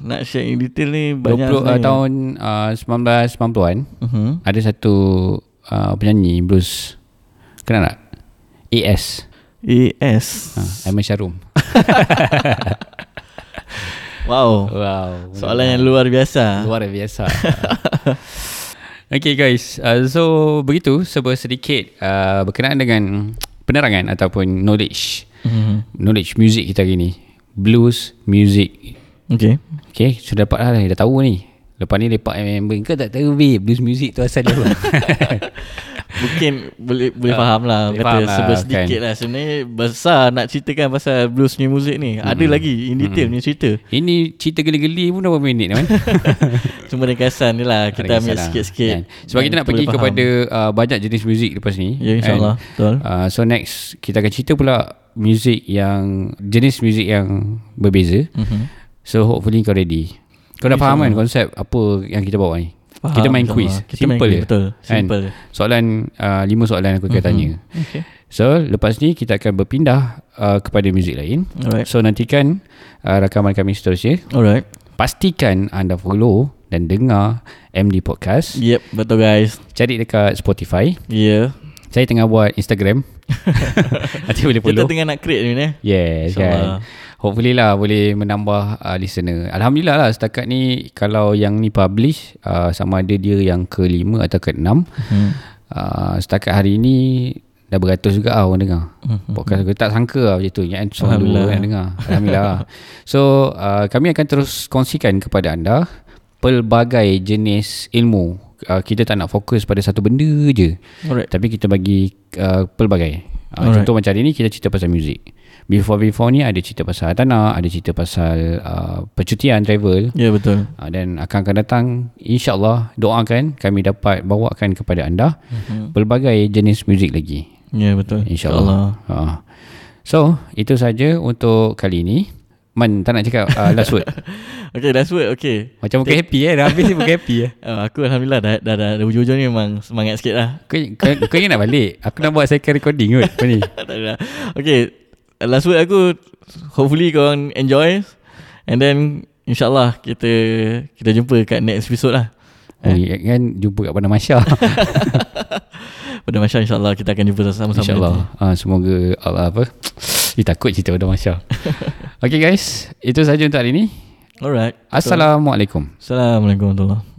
[SPEAKER 3] nak share in detail ni banyak
[SPEAKER 2] 20 uh, tahun uh, 1990-an
[SPEAKER 3] uh-huh.
[SPEAKER 2] ada satu uh, penyanyi blues. Kenal tak? AS.
[SPEAKER 3] AS
[SPEAKER 2] Ha, Aiman Syarum.
[SPEAKER 3] Wow
[SPEAKER 2] Wow.
[SPEAKER 3] Soalan yang luar biasa
[SPEAKER 2] Luar biasa. okay guys, uh, so begitu sebuah sedikit uh, berkenaan dengan penerangan ataupun knowledge.
[SPEAKER 3] uh-huh.
[SPEAKER 2] Knowledge music kita hari ni. Blues music.
[SPEAKER 3] Okay
[SPEAKER 2] Okay, sudah dapat lah, dah tahu ni. Lepas ni lepak dengan member Kau tak tahu babe Blues music tu asal dia apa
[SPEAKER 3] Mungkin boleh boleh faham lah
[SPEAKER 2] Ah, Boleh
[SPEAKER 3] Kata
[SPEAKER 2] faham lah,
[SPEAKER 3] sebesar
[SPEAKER 2] kan.
[SPEAKER 3] sedikit lah Sebenarnya besar nak ceritakan pasal blues ni muzik ni
[SPEAKER 2] Hmm.
[SPEAKER 3] Ada lagi in detail punya cerita
[SPEAKER 2] Ini cerita geli-geli pun dah berapa minit ni, man?
[SPEAKER 3] Cuma ringkasan ni lah Kita ambil
[SPEAKER 2] Salah. Kan?
[SPEAKER 3] sikit-sikit
[SPEAKER 2] Sebab
[SPEAKER 3] Dan
[SPEAKER 2] kita nak
[SPEAKER 3] boleh
[SPEAKER 2] pergi
[SPEAKER 3] faham.
[SPEAKER 2] kepada uh, banyak jenis muzik lepas ni.
[SPEAKER 3] Ya insyaAllah
[SPEAKER 2] kan?
[SPEAKER 3] Betul
[SPEAKER 2] Uh, so next kita akan cerita pula muzik yang jenis muzik yang berbeza.
[SPEAKER 3] Mhm.
[SPEAKER 2] So hopefully kau ready. Kau dah faham kan konsep apa yang kita bawa ni?
[SPEAKER 3] Faham,
[SPEAKER 2] kita main
[SPEAKER 3] insyaAllah.
[SPEAKER 2] quiz.
[SPEAKER 3] Kita main
[SPEAKER 2] Simple Kan?
[SPEAKER 3] quiz,
[SPEAKER 2] je.
[SPEAKER 3] Betul
[SPEAKER 2] Kan?
[SPEAKER 3] Simple
[SPEAKER 2] Soalan uh, lima soalan aku akan tanya.
[SPEAKER 3] Okay
[SPEAKER 2] So lepas ni kita akan berpindah uh, kepada muzik lain.
[SPEAKER 3] Alright.
[SPEAKER 2] So nantikan uh, rakaman kami seterusnya.
[SPEAKER 3] Alright.
[SPEAKER 2] Pastikan anda follow dan dengar MD Podcast.
[SPEAKER 3] Yep, betul guys.
[SPEAKER 2] Cari dekat Spotify.
[SPEAKER 3] Ya. Yeah.
[SPEAKER 2] Saya tengah buat Instagram. Nanti boleh
[SPEAKER 3] Kita
[SPEAKER 2] follow.
[SPEAKER 3] tengah nak create ni eh.
[SPEAKER 2] Yes
[SPEAKER 3] InsyaAllah.
[SPEAKER 2] kan Hopefully lah Boleh menambah uh, listener Alhamdulillah lah Setakat ni Kalau yang ni publish uh, Sama ada dia yang kelima Atau keenam hmm. uh, Setakat hari ni Dah beratus juga lah orang dengar hmm. Podcast aku tak sangka lah macam tu Yang selalu
[SPEAKER 3] Alhamdulillah.
[SPEAKER 2] orang dengar Alhamdulillah lah. So uh, kami akan terus kongsikan kepada anda Pelbagai jenis ilmu uh, Kita tak nak fokus pada satu benda je
[SPEAKER 3] Alright.
[SPEAKER 2] tapi kita bagi uh, pelbagai. Uh,
[SPEAKER 3] Alright.
[SPEAKER 2] contoh macam hari ni kita cerita pasal muzik. Before-before ni ada cerita pasal tanah, ada cerita pasal uh, percutian, travel.
[SPEAKER 3] Ya yeah, betul.
[SPEAKER 2] Uh, dan akan akan datang insyaAllah doakan kami dapat bawakan kepada anda mm-hmm. pelbagai jenis muzik lagi.
[SPEAKER 3] Ya yeah, betul.
[SPEAKER 2] InsyaAllah. Uh. So, itu saja untuk kali ini. Man, tak nak cakap uh, last word.
[SPEAKER 3] InsyaAllah. Okay, that's what. Okay.
[SPEAKER 2] Macam muka happy eh. Dah habis ni muka happy eh.
[SPEAKER 3] Uh, aku alhamdulillah dah dah dah, dah hujung-hujung ni memang semangat sikit lah.
[SPEAKER 2] Kau, kau, kau ingat nak balik? Aku nak buat second recording kot. Kau ni.
[SPEAKER 3] tak ada. Okay, last word aku hopefully korang enjoy and then insyaallah kita kita jumpa kat next episode lah.
[SPEAKER 2] Oh, ingat kan jumpa kat Bandar Masya.
[SPEAKER 3] Pada Masya insyaAllah kita akan jumpa sama-sama.
[SPEAKER 2] InsyaAllah ha, Semoga Allah apa Eh takut cerita pada Masya Okay guys Itu saja untuk hari ini
[SPEAKER 3] nanti. Alright.
[SPEAKER 2] Assalamualaikum
[SPEAKER 3] Assalamualaikum warahmatullahi